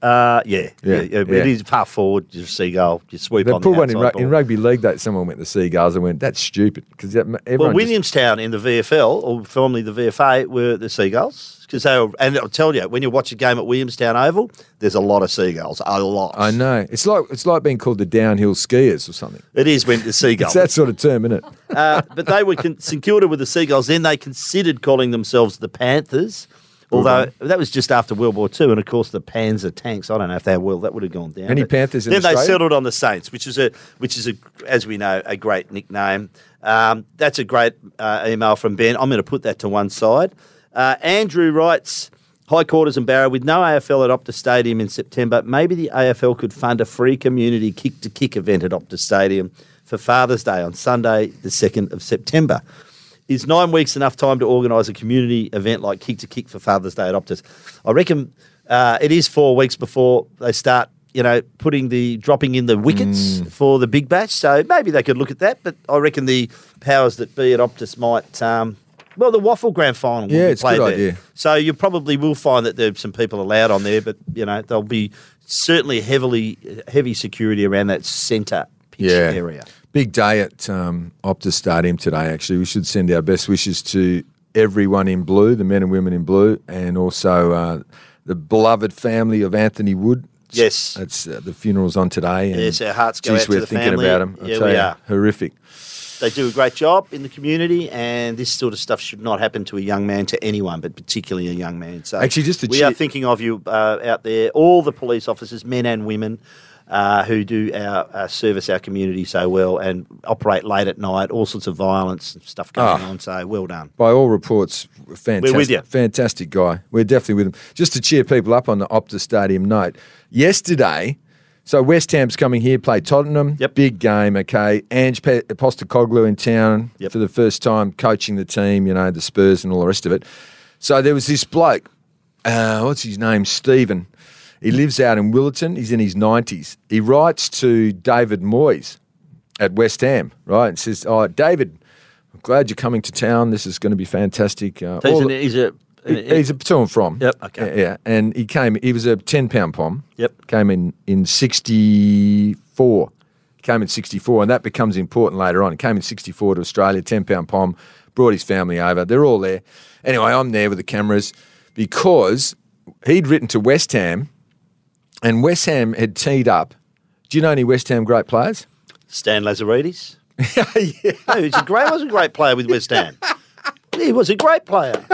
Speaker 3: Uh, yeah, yeah,
Speaker 4: Yeah,
Speaker 3: yeah,
Speaker 4: yeah.
Speaker 3: It is par forward. You seagull, you sweep
Speaker 4: They
Speaker 3: on
Speaker 4: put
Speaker 3: the
Speaker 4: one in,
Speaker 3: outside
Speaker 4: ru-
Speaker 3: ball.
Speaker 4: in rugby league that someone went the seagulls and went that's stupid because
Speaker 3: Well,
Speaker 4: everyone. just-
Speaker 3: Williamstown in the VFL, or formerly the VFA, were the seagulls because they were. And I'll tell you, when you watch a game at Williamstown Oval, there's a lot of seagulls. A lot.
Speaker 4: I know it's like it's like being called the downhill skiers or something.
Speaker 3: It is when the
Speaker 4: It's
Speaker 3: seagulls.
Speaker 4: that sort of term,
Speaker 3: (laughs)
Speaker 4: isn't it?
Speaker 3: Uh, but they were con- St Kilda with the Seagulls. Then they considered calling themselves the Panthers, although that was just after World War II, and of course the Panzer tanks. I don't know if they well that would have gone down.
Speaker 4: Any
Speaker 3: but-
Speaker 4: Panthers in
Speaker 3: Then they
Speaker 4: Australia?
Speaker 3: settled on the Saints, which is a which is a as we know a great nickname. Um, that's a great uh, email from Ben. I'm going to put that to one side. Uh, Andrew writes. High quarters and Barra with no AFL at Optus Stadium in September. Maybe the AFL could fund a free community kick to kick event at Optus Stadium for Father's Day on Sunday, the 2nd of September. Is nine weeks enough time to organise a community event like Kick to Kick for Father's Day at Optus? I reckon uh, it is four weeks before they start, you know, putting the dropping in the wickets
Speaker 4: Mm.
Speaker 3: for the big bash. So maybe they could look at that. But I reckon the powers that be at Optus might. Um, well, the Waffle Grand Final will
Speaker 4: Yeah,
Speaker 3: be
Speaker 4: it's a good
Speaker 3: played there.
Speaker 4: idea.
Speaker 3: So you probably will find that there's some people allowed on there, but you know there'll be certainly heavily heavy security around that centre pitch area.
Speaker 4: Big day at um, Optus Stadium today. Actually, we should send our best wishes to everyone in blue, the men and women in blue, and also uh, the beloved family of Anthony Wood.
Speaker 3: Yes.
Speaker 4: that's uh, the funeral's on today. And
Speaker 3: Yes, our hearts go out
Speaker 4: we're
Speaker 3: to the
Speaker 4: thinking
Speaker 3: family.
Speaker 4: about them. I
Speaker 3: Yeah,
Speaker 4: tell
Speaker 3: we
Speaker 4: you,
Speaker 3: are.
Speaker 4: horrific.
Speaker 3: They do a great job in the community, and this sort of stuff should not happen to a young man, to anyone, but particularly a young man. So
Speaker 4: Actually, just to
Speaker 3: we
Speaker 4: cheer-
Speaker 3: are thinking of you uh, out there, all the police officers, men and women. Uh, who do our uh, service our community so well and operate late at night, all sorts of violence and stuff going
Speaker 4: Ah.
Speaker 3: on. So well done.
Speaker 4: by all reports, fantastic.
Speaker 3: you.
Speaker 4: Fantastic guy. We're definitely with him. Just to cheer people up on the Optus Stadium note, yesterday, so West Ham's coming here, play Tottenham.
Speaker 3: Yep.
Speaker 4: Big game, okay. Ange Pe- Postacoglu in town
Speaker 3: Yep.
Speaker 4: for the first time, coaching the team, you know, the Spurs and all the rest of it. So there was this bloke, uh, what's his name? Stephen. He lives out in Willerton. He's in his 90s. He writes to David Moyes at West Ham, right? And says, "Oh, David, I'm glad you're coming to town. This is going to be fantastic." Uh,
Speaker 3: So he's,
Speaker 4: all
Speaker 3: an,
Speaker 4: the-
Speaker 3: he's a
Speaker 4: He's a to and from.
Speaker 3: E- Yep, okay.
Speaker 4: Yeah, yeah. and he came. He was a ten pound pom.
Speaker 3: Yep.
Speaker 4: Came in in sixty four. Came in sixty four, and that becomes important later on. He came in sixty four to Australia, ten pound pom. Brought his family over. They're all there. Anyway, I'm there with the cameras because he'd written to West Ham, and West Ham had teed up. Do you know any West Ham great
Speaker 3: (laughs)
Speaker 4: players?
Speaker 3: Stan Lazaridis. No, he's a great, was a great player with
Speaker 4: (laughs)
Speaker 3: West Ham. He was a great player.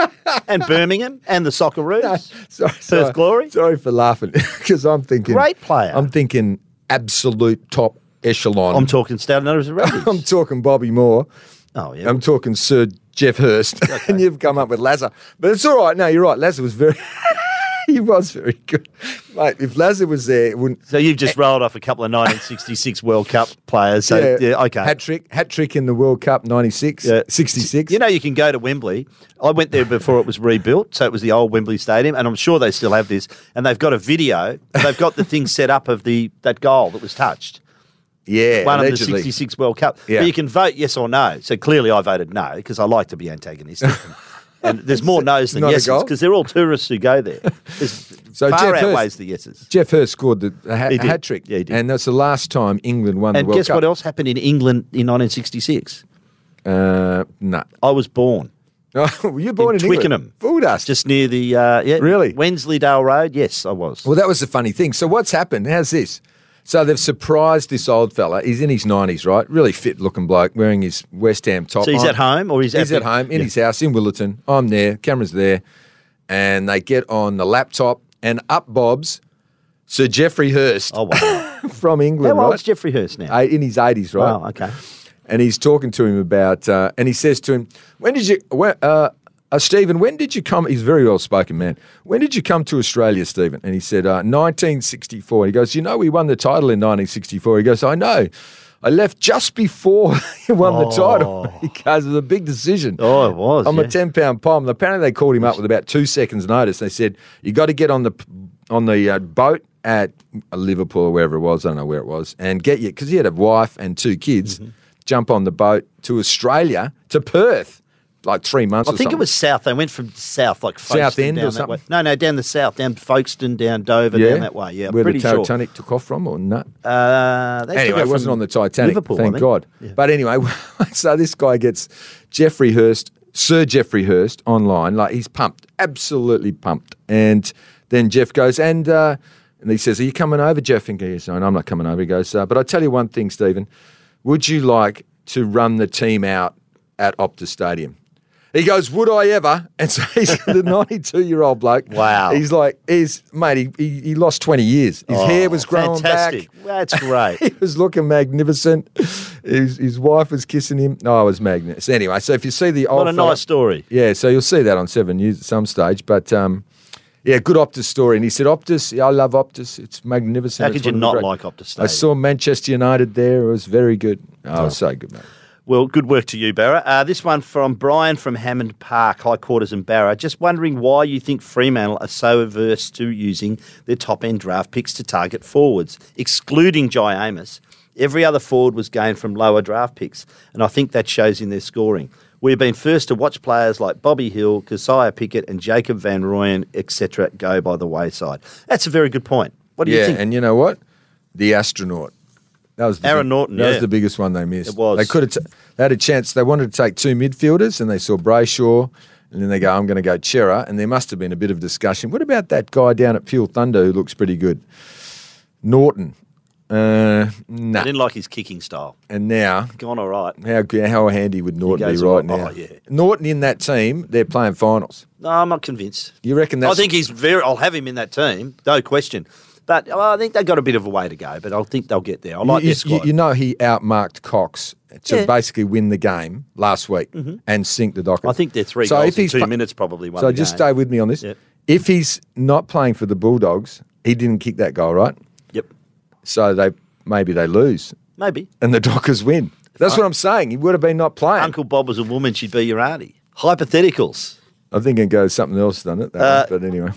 Speaker 3: And Birmingham and
Speaker 4: (laughs)
Speaker 3: the Socceroos. (laughs)
Speaker 4: sorry, sorry,
Speaker 3: Glory?
Speaker 4: Sorry for laughing (laughs) because I'm thinking
Speaker 3: Great player.
Speaker 4: I'm thinking absolute top echelon.
Speaker 3: I'm talking Stan Lazaridis.
Speaker 4: (laughs) I'm talking Bobby Moore.
Speaker 3: oh, yeah.
Speaker 4: I'm talking Sir Jeff Hurst, (laughs) and you've come up with Lazar. But it's all right. No, you're right. Lazar was very. (laughs) he was very good, mate. If Lazar was there, it wouldn't.
Speaker 3: so you've just rolled off a couple of 1966 World Cup players. So, yeah, okay.
Speaker 4: Hat trick, hat trick in the World Cup '96,
Speaker 3: Yeah.
Speaker 4: '66.
Speaker 3: You know, you can go to Wembley. I went there before it was rebuilt, so it was the old Wembley Stadium, and I'm sure they still have this. And they've got a video. They've got the thing set up of the that goal that was touched,
Speaker 4: yeah,
Speaker 3: one of the
Speaker 4: allegedly.
Speaker 3: '66 World Cup.
Speaker 4: Yeah.
Speaker 3: But you can vote yes or no. So clearly, I voted no because I like to
Speaker 4: (laughs)
Speaker 3: be antagonistic. and there's more no's than
Speaker 4: Not a
Speaker 3: yeses
Speaker 4: goal?
Speaker 3: because they're all tourists who go there. There's
Speaker 4: (laughs) So
Speaker 3: far
Speaker 4: Jeff Hurst-
Speaker 3: outweighs the yeses.
Speaker 4: Jeff Hurst scored the the hat,
Speaker 3: He did.
Speaker 4: hat trick,
Speaker 3: Yeah, he did.
Speaker 4: and that's the last time England won the
Speaker 3: And
Speaker 4: World
Speaker 3: guess
Speaker 4: Cup.
Speaker 3: what else happened in England in 1966?
Speaker 4: Uh, no,
Speaker 3: I was born.
Speaker 4: well, Oh, (laughs) you're born in, England.
Speaker 3: Twickenham.
Speaker 4: Fooled us.
Speaker 3: Just near the uh, yeah,
Speaker 4: Really?
Speaker 3: Wensleydale Road. Yes, I was.
Speaker 4: Well, that was the funny thing. So what's happened? How's this? So they've surprised this old fella. He's in his nineties, right? Really fit looking bloke, wearing his West Ham top.
Speaker 3: So he's
Speaker 4: I'm-
Speaker 3: at home or he's at
Speaker 4: he's
Speaker 3: the-
Speaker 4: at home in
Speaker 3: Yeah.
Speaker 4: his house in Willerton. I'm there, camera's there, and they get on the laptop and up bobs Sir Geoffrey Hurst
Speaker 3: Oh
Speaker 4: (laughs)
Speaker 3: wow!
Speaker 4: from England,
Speaker 3: How
Speaker 4: right?
Speaker 3: old's Jeffrey Hurst now?
Speaker 4: Uh, in his eighties, right?
Speaker 3: Wow. Okay.
Speaker 4: and he's talking to him about, uh, and he says to him, "When did you, when, uh, uh, Stephen? When did you come?" He's a very well spoken man. When did you come to Australia, Stephen? And he said, uh, "1964." He goes, "You know, we won the title in 1964." He goes, "I know." I left just before (laughs) he won the title (laughs) because it was a big decision.
Speaker 3: Oh, it was,
Speaker 4: I'm
Speaker 3: yeah.
Speaker 4: a ten pound palm. Apparently, they called him up with about two seconds' notice. They said you got to get on the on the uh, boat at Liverpool or wherever it was. I don't know where it was, and get you because he had a wife and two kids.
Speaker 3: Mm-hmm.
Speaker 4: Jump on the boat to Australia to Perth, like three months.
Speaker 3: I
Speaker 4: or
Speaker 3: think it
Speaker 4: something.
Speaker 3: was south. They went from south, like Folkestone
Speaker 4: South End
Speaker 3: down
Speaker 4: or
Speaker 3: that
Speaker 4: something?
Speaker 3: Way. No, no, down the south, down Folkestone, down Dover, down that way. Yeah, I'm
Speaker 4: where
Speaker 3: pretty
Speaker 4: the
Speaker 3: sure.
Speaker 4: Titanic took off from or not.
Speaker 3: Uh, they took
Speaker 4: anyway,
Speaker 3: her
Speaker 4: it wasn't
Speaker 3: from
Speaker 4: on the Titanic.
Speaker 3: Liverpool, I
Speaker 4: thank
Speaker 3: think.
Speaker 4: God.
Speaker 3: Yeah.
Speaker 4: But anyway, (laughs) so this guy gets Jeffrey Hurst, Sir Jeffrey Hurst, online. Like he's pumped, absolutely pumped. And then Jeff goes and uh, and he says, "Are you coming over, Jeff?" And he goes, "No, I'm not coming over." He goes, uh, "But I tell you one thing, Stephen. Would you like to run the team out at Optus Stadium?" He goes, "Would I ever?" (laughs) And so he's the 92-year-old bloke.
Speaker 3: Wow. Oh,
Speaker 4: He's like, he's mate. He, he, he lost 20 years. His hair was growing back
Speaker 3: Fantastic. That's great.
Speaker 4: (laughs) he was looking magnificent. His, his wife was kissing him. No, it was magnificent. Anyway, so if you see the old,
Speaker 3: what a
Speaker 4: fella-
Speaker 3: nice story.
Speaker 4: Yeah, so you'll see that on Seven News at some stage. But um, yeah, good Optus story. And he said, Optus, yeah, I love Optus. It's magnificent.
Speaker 3: How
Speaker 4: It's
Speaker 3: could you
Speaker 4: one of the
Speaker 3: not
Speaker 4: great-"
Speaker 3: like Optus
Speaker 4: I
Speaker 3: Stadium?
Speaker 4: saw Manchester United there. It was very good. Oh, it was so good, mate.
Speaker 3: Well, good work to you, Barra. Uh, this one from Brian from Hammond Park, High Quarters in Barra. Just wondering why you think Fremantle are so averse to using their top end draft picks to target forwards, excluding Jai Amos. Every other forward was gained from lower draft picks, and I think that shows in their scoring. We've been first to watch players like Bobby Hill, Kasiah Pickett, and Jacob Van Rooyen, etc., go by the wayside. That's a very good point. What do
Speaker 4: yeah,
Speaker 3: you think?
Speaker 4: and you know what? The astronaut. That was the
Speaker 3: Aaron
Speaker 4: big-
Speaker 3: Norton,
Speaker 4: That
Speaker 3: yeah.
Speaker 4: was the biggest one they missed.
Speaker 3: It was.
Speaker 4: They could have. T- they had a chance. They wanted to take two midfielders, and they saw Brayshaw, and then they go, "I'm going to go Chera," and there must have been a bit of discussion. What about that guy down at Peel Thunder who looks pretty good, Norton? Uh,
Speaker 3: I
Speaker 4: nah.
Speaker 3: didn't like his kicking style.
Speaker 4: And now
Speaker 3: Gone all right.
Speaker 4: how g- how handy would Norton
Speaker 3: goes
Speaker 4: be
Speaker 3: all
Speaker 4: right
Speaker 3: right.
Speaker 4: now?
Speaker 3: Oh, yeah.
Speaker 4: Norton in that team, they're playing finals.
Speaker 3: No, I'm not convinced.
Speaker 4: You reckon that's
Speaker 3: I think he's very. I'll have him in that team, no question. But uh, I think they've got a bit of a way to go. But I think they'll get there. I like
Speaker 4: you,
Speaker 3: their
Speaker 4: you-
Speaker 3: squad.
Speaker 4: you know he outmarked Cox to
Speaker 3: Yeah.
Speaker 4: basically win the game last week and sink the docket.
Speaker 3: Mm-hmm. I think they're three
Speaker 4: So
Speaker 3: goals
Speaker 4: if
Speaker 3: in
Speaker 4: he's
Speaker 3: two
Speaker 4: pla-
Speaker 3: minutes probably. Won
Speaker 4: So
Speaker 3: the
Speaker 4: just
Speaker 3: game.
Speaker 4: stay with me on this.
Speaker 3: Yep.
Speaker 4: If he's not playing for the Bulldogs, he didn't kick that goal, right?
Speaker 3: Yep,
Speaker 4: So they maybe they lose
Speaker 3: maybe.
Speaker 4: and the (laughs) Dockers win. That's what I'm saying. He would have been not playing.
Speaker 3: Uncle Bob was a woman; she'd be your auntie. Hypotheticals.
Speaker 4: I think it goes something else, doesn't it? that one? but anyway,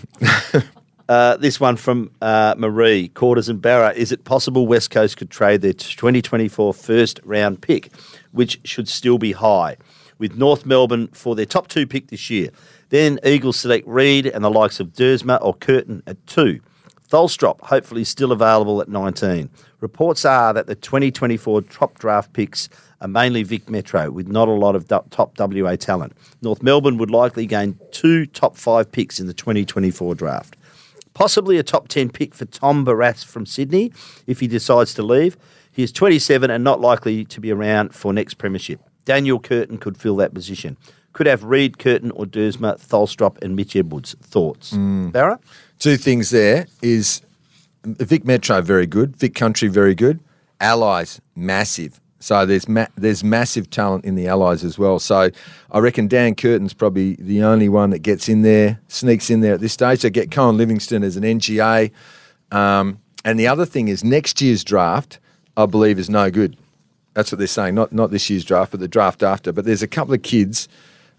Speaker 3: Uh, this one from uh, Marie Quarters and Barra. Is it possible West Coast could trade their 2024 first round pick, which should still be high? with North Melbourne for their top two pick this year. Then Eagles select Reed and the likes of Dersma or Curtin at two. Tholstrop, hopefully still available at 19. Reports are that the 2024 top draft picks are mainly Vic Metro, with not a lot of du- top WA talent. North Melbourne would likely gain two top five picks in the 2024 draft. Possibly a top 10 pick for Tom Barras from Sydney if he decides to leave. He is 27 and not likely to be around for next premiership. Daniel Curtin could fill that position. Could have Reed, Curtin, or Dersma, Tholstrop, and Mitch Edwards. Thoughts? Barra?
Speaker 4: Two things there is Vic Metro very good, Vic Country very good, Allies massive. So there's ma- there's massive talent in the Allies as well. So I reckon Dan Curtin's probably the only one that gets in there, sneaks in there at this stage. They get Cohen Livingston as an NGA, um, and the other thing is next year's draft I believe is no good. That's what they're saying. Not not this year's draft, but the draft after. But there's a couple of kids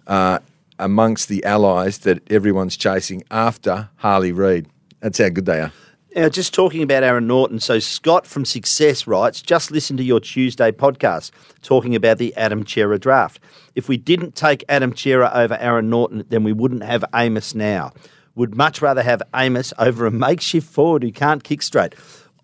Speaker 4: uh, amongst the allies that everyone's chasing after Harley Reid. That's how good they are.
Speaker 3: Now, just talking about Aaron Norton. So, Scott from Success writes, just listen to your Tuesday podcast talking about the Adam Chera draft. If we didn't take Adam Chera over Aaron Norton, then we wouldn't have Amos now. Would much rather have Amos over a makeshift forward who can't kick straight.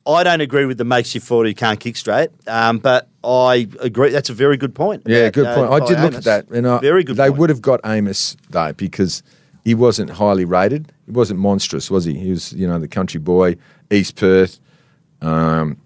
Speaker 3: I don't agree with the makeshift forward who can't kick straight, um, but I agree. That's a very good point.
Speaker 4: Yeah,
Speaker 3: about,
Speaker 4: good
Speaker 3: uh,
Speaker 4: point. I
Speaker 3: by
Speaker 4: did look
Speaker 3: Amos.
Speaker 4: at that, and I,
Speaker 3: very good.
Speaker 4: They
Speaker 3: point.
Speaker 4: would have got Amos though because he wasn't highly rated. He wasn't monstrous, was he? He was, you know, the country boy, East Perth. Um,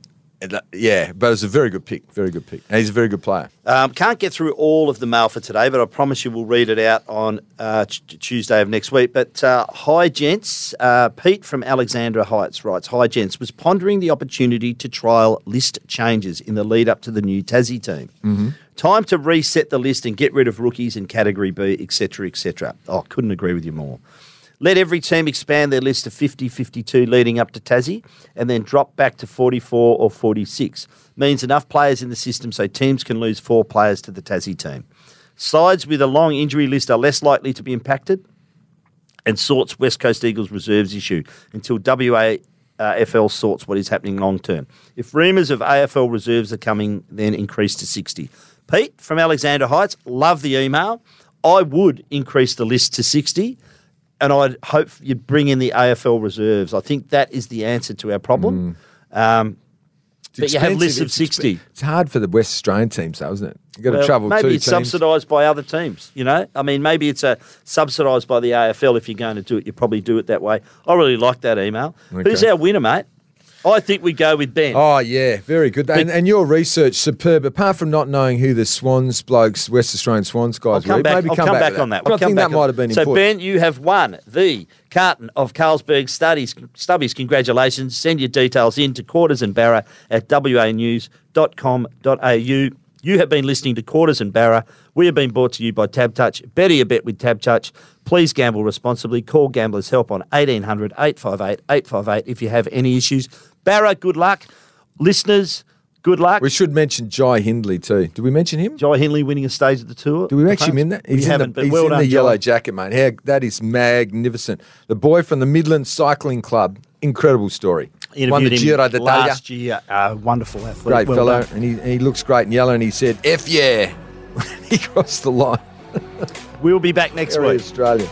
Speaker 4: and that- yeah, but it was a very good pick. Very good pick. And he's a very good player.
Speaker 3: Um, can't get through all of the mail for today, but I promise you we'll read it out on uh, t- Tuesday of next week. But uh, hi, gents. Uh, Pete from Alexandra Heights writes Hi, gents. Was pondering the opportunity to trial list changes in the lead up to the new Tassie team. Time to reset the list and get rid of rookies and Category B, etc., etc. Oh, couldn't agree with you more. Let every team expand their list to 50 52 leading up to Tassie and then drop back to 44 or 46. Means enough players in the system so teams can lose four players to the Tassie team. Sides with a long injury list are less likely to be impacted and sorts West Coast Eagles reserves issue until WA. Uh, FL sorts what is happening long term. If rumours of AFL reserves are coming, then increase to 60. Pete from Alexander Heights, love the email. I would increase the list to 60, and I'd hope you'd bring in the AFL reserves. I think that is the answer to our problem.
Speaker 4: Mm.
Speaker 3: Um,
Speaker 4: It's
Speaker 3: but you have
Speaker 4: expensive.
Speaker 3: lists of
Speaker 4: It's expen-
Speaker 3: 60.
Speaker 4: It's hard for the West Australian teams, though, isn't it? You've got to
Speaker 3: Well,
Speaker 4: travel
Speaker 3: maybe
Speaker 4: two
Speaker 3: it's
Speaker 4: teams.
Speaker 3: subsidised by other teams. You know, I mean, maybe it's a subsidised by the AFL. If you're going to do it, you probably do it that way. I really like that email. Who's
Speaker 4: Okay.
Speaker 3: our winner, mate? I think we go with Ben.
Speaker 4: Oh yeah, very good. And, and your research superb. Apart from not knowing who the Swans blokes, West Australian Swans guys,
Speaker 3: I'll come
Speaker 4: were,
Speaker 3: back.
Speaker 4: maybe
Speaker 3: I'll come, back,
Speaker 4: to
Speaker 3: on that.
Speaker 4: But
Speaker 3: We'll
Speaker 4: I
Speaker 3: come
Speaker 4: think
Speaker 3: back
Speaker 4: that
Speaker 3: on-
Speaker 4: might have been
Speaker 3: so.
Speaker 4: important.
Speaker 3: Ben, you have won the carton of Carlsberg Studies Stubbies. Congratulations! Send your details in to Quarters and Barra at wanews.com.au. You have been listening to Quarters and Barra. We have been brought to you by Tab Touch. Better your bet with Tab Touch. Please gamble responsibly. Call Gamblers Help on 1800 858 858 if you have any issues. Barra, good luck. Listeners, good luck.
Speaker 4: we should mention Jai Hindley too. Did we mention him?
Speaker 3: Jai Henley winning a stage at the tour.
Speaker 4: Did we
Speaker 3: I
Speaker 4: actually
Speaker 3: think.
Speaker 4: mean that?
Speaker 3: We
Speaker 4: He's in
Speaker 3: haven't,
Speaker 4: the,
Speaker 3: but
Speaker 4: he's
Speaker 3: well
Speaker 4: in
Speaker 3: done,
Speaker 4: the
Speaker 3: Jai.
Speaker 4: yellow jacket, mate. How, that is magnificent. The boy from the Midland Cycling Club. Incredible story. Won the
Speaker 3: interviewed
Speaker 4: Giro
Speaker 3: him
Speaker 4: d'Italia.
Speaker 3: last year. Uh, wonderful athlete,
Speaker 4: Great
Speaker 3: Well
Speaker 4: fellow,
Speaker 3: done.
Speaker 4: and he, and he looks great in yellow. And he said, "F yeah," (laughs) when he crossed the line.
Speaker 3: We'll be back next
Speaker 4: Very
Speaker 3: week.
Speaker 4: Australian.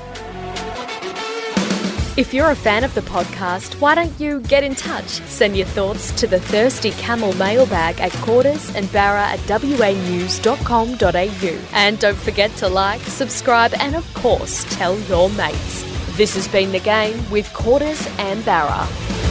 Speaker 6: If you're a fan of the podcast, why don't you get in touch? Send your thoughts to the Thirsty Camel mailbag at quarters and barra at wanews.com.au. And don't forget to like, subscribe, and of course, tell your mates. This has been The Game with Quarters and Barra.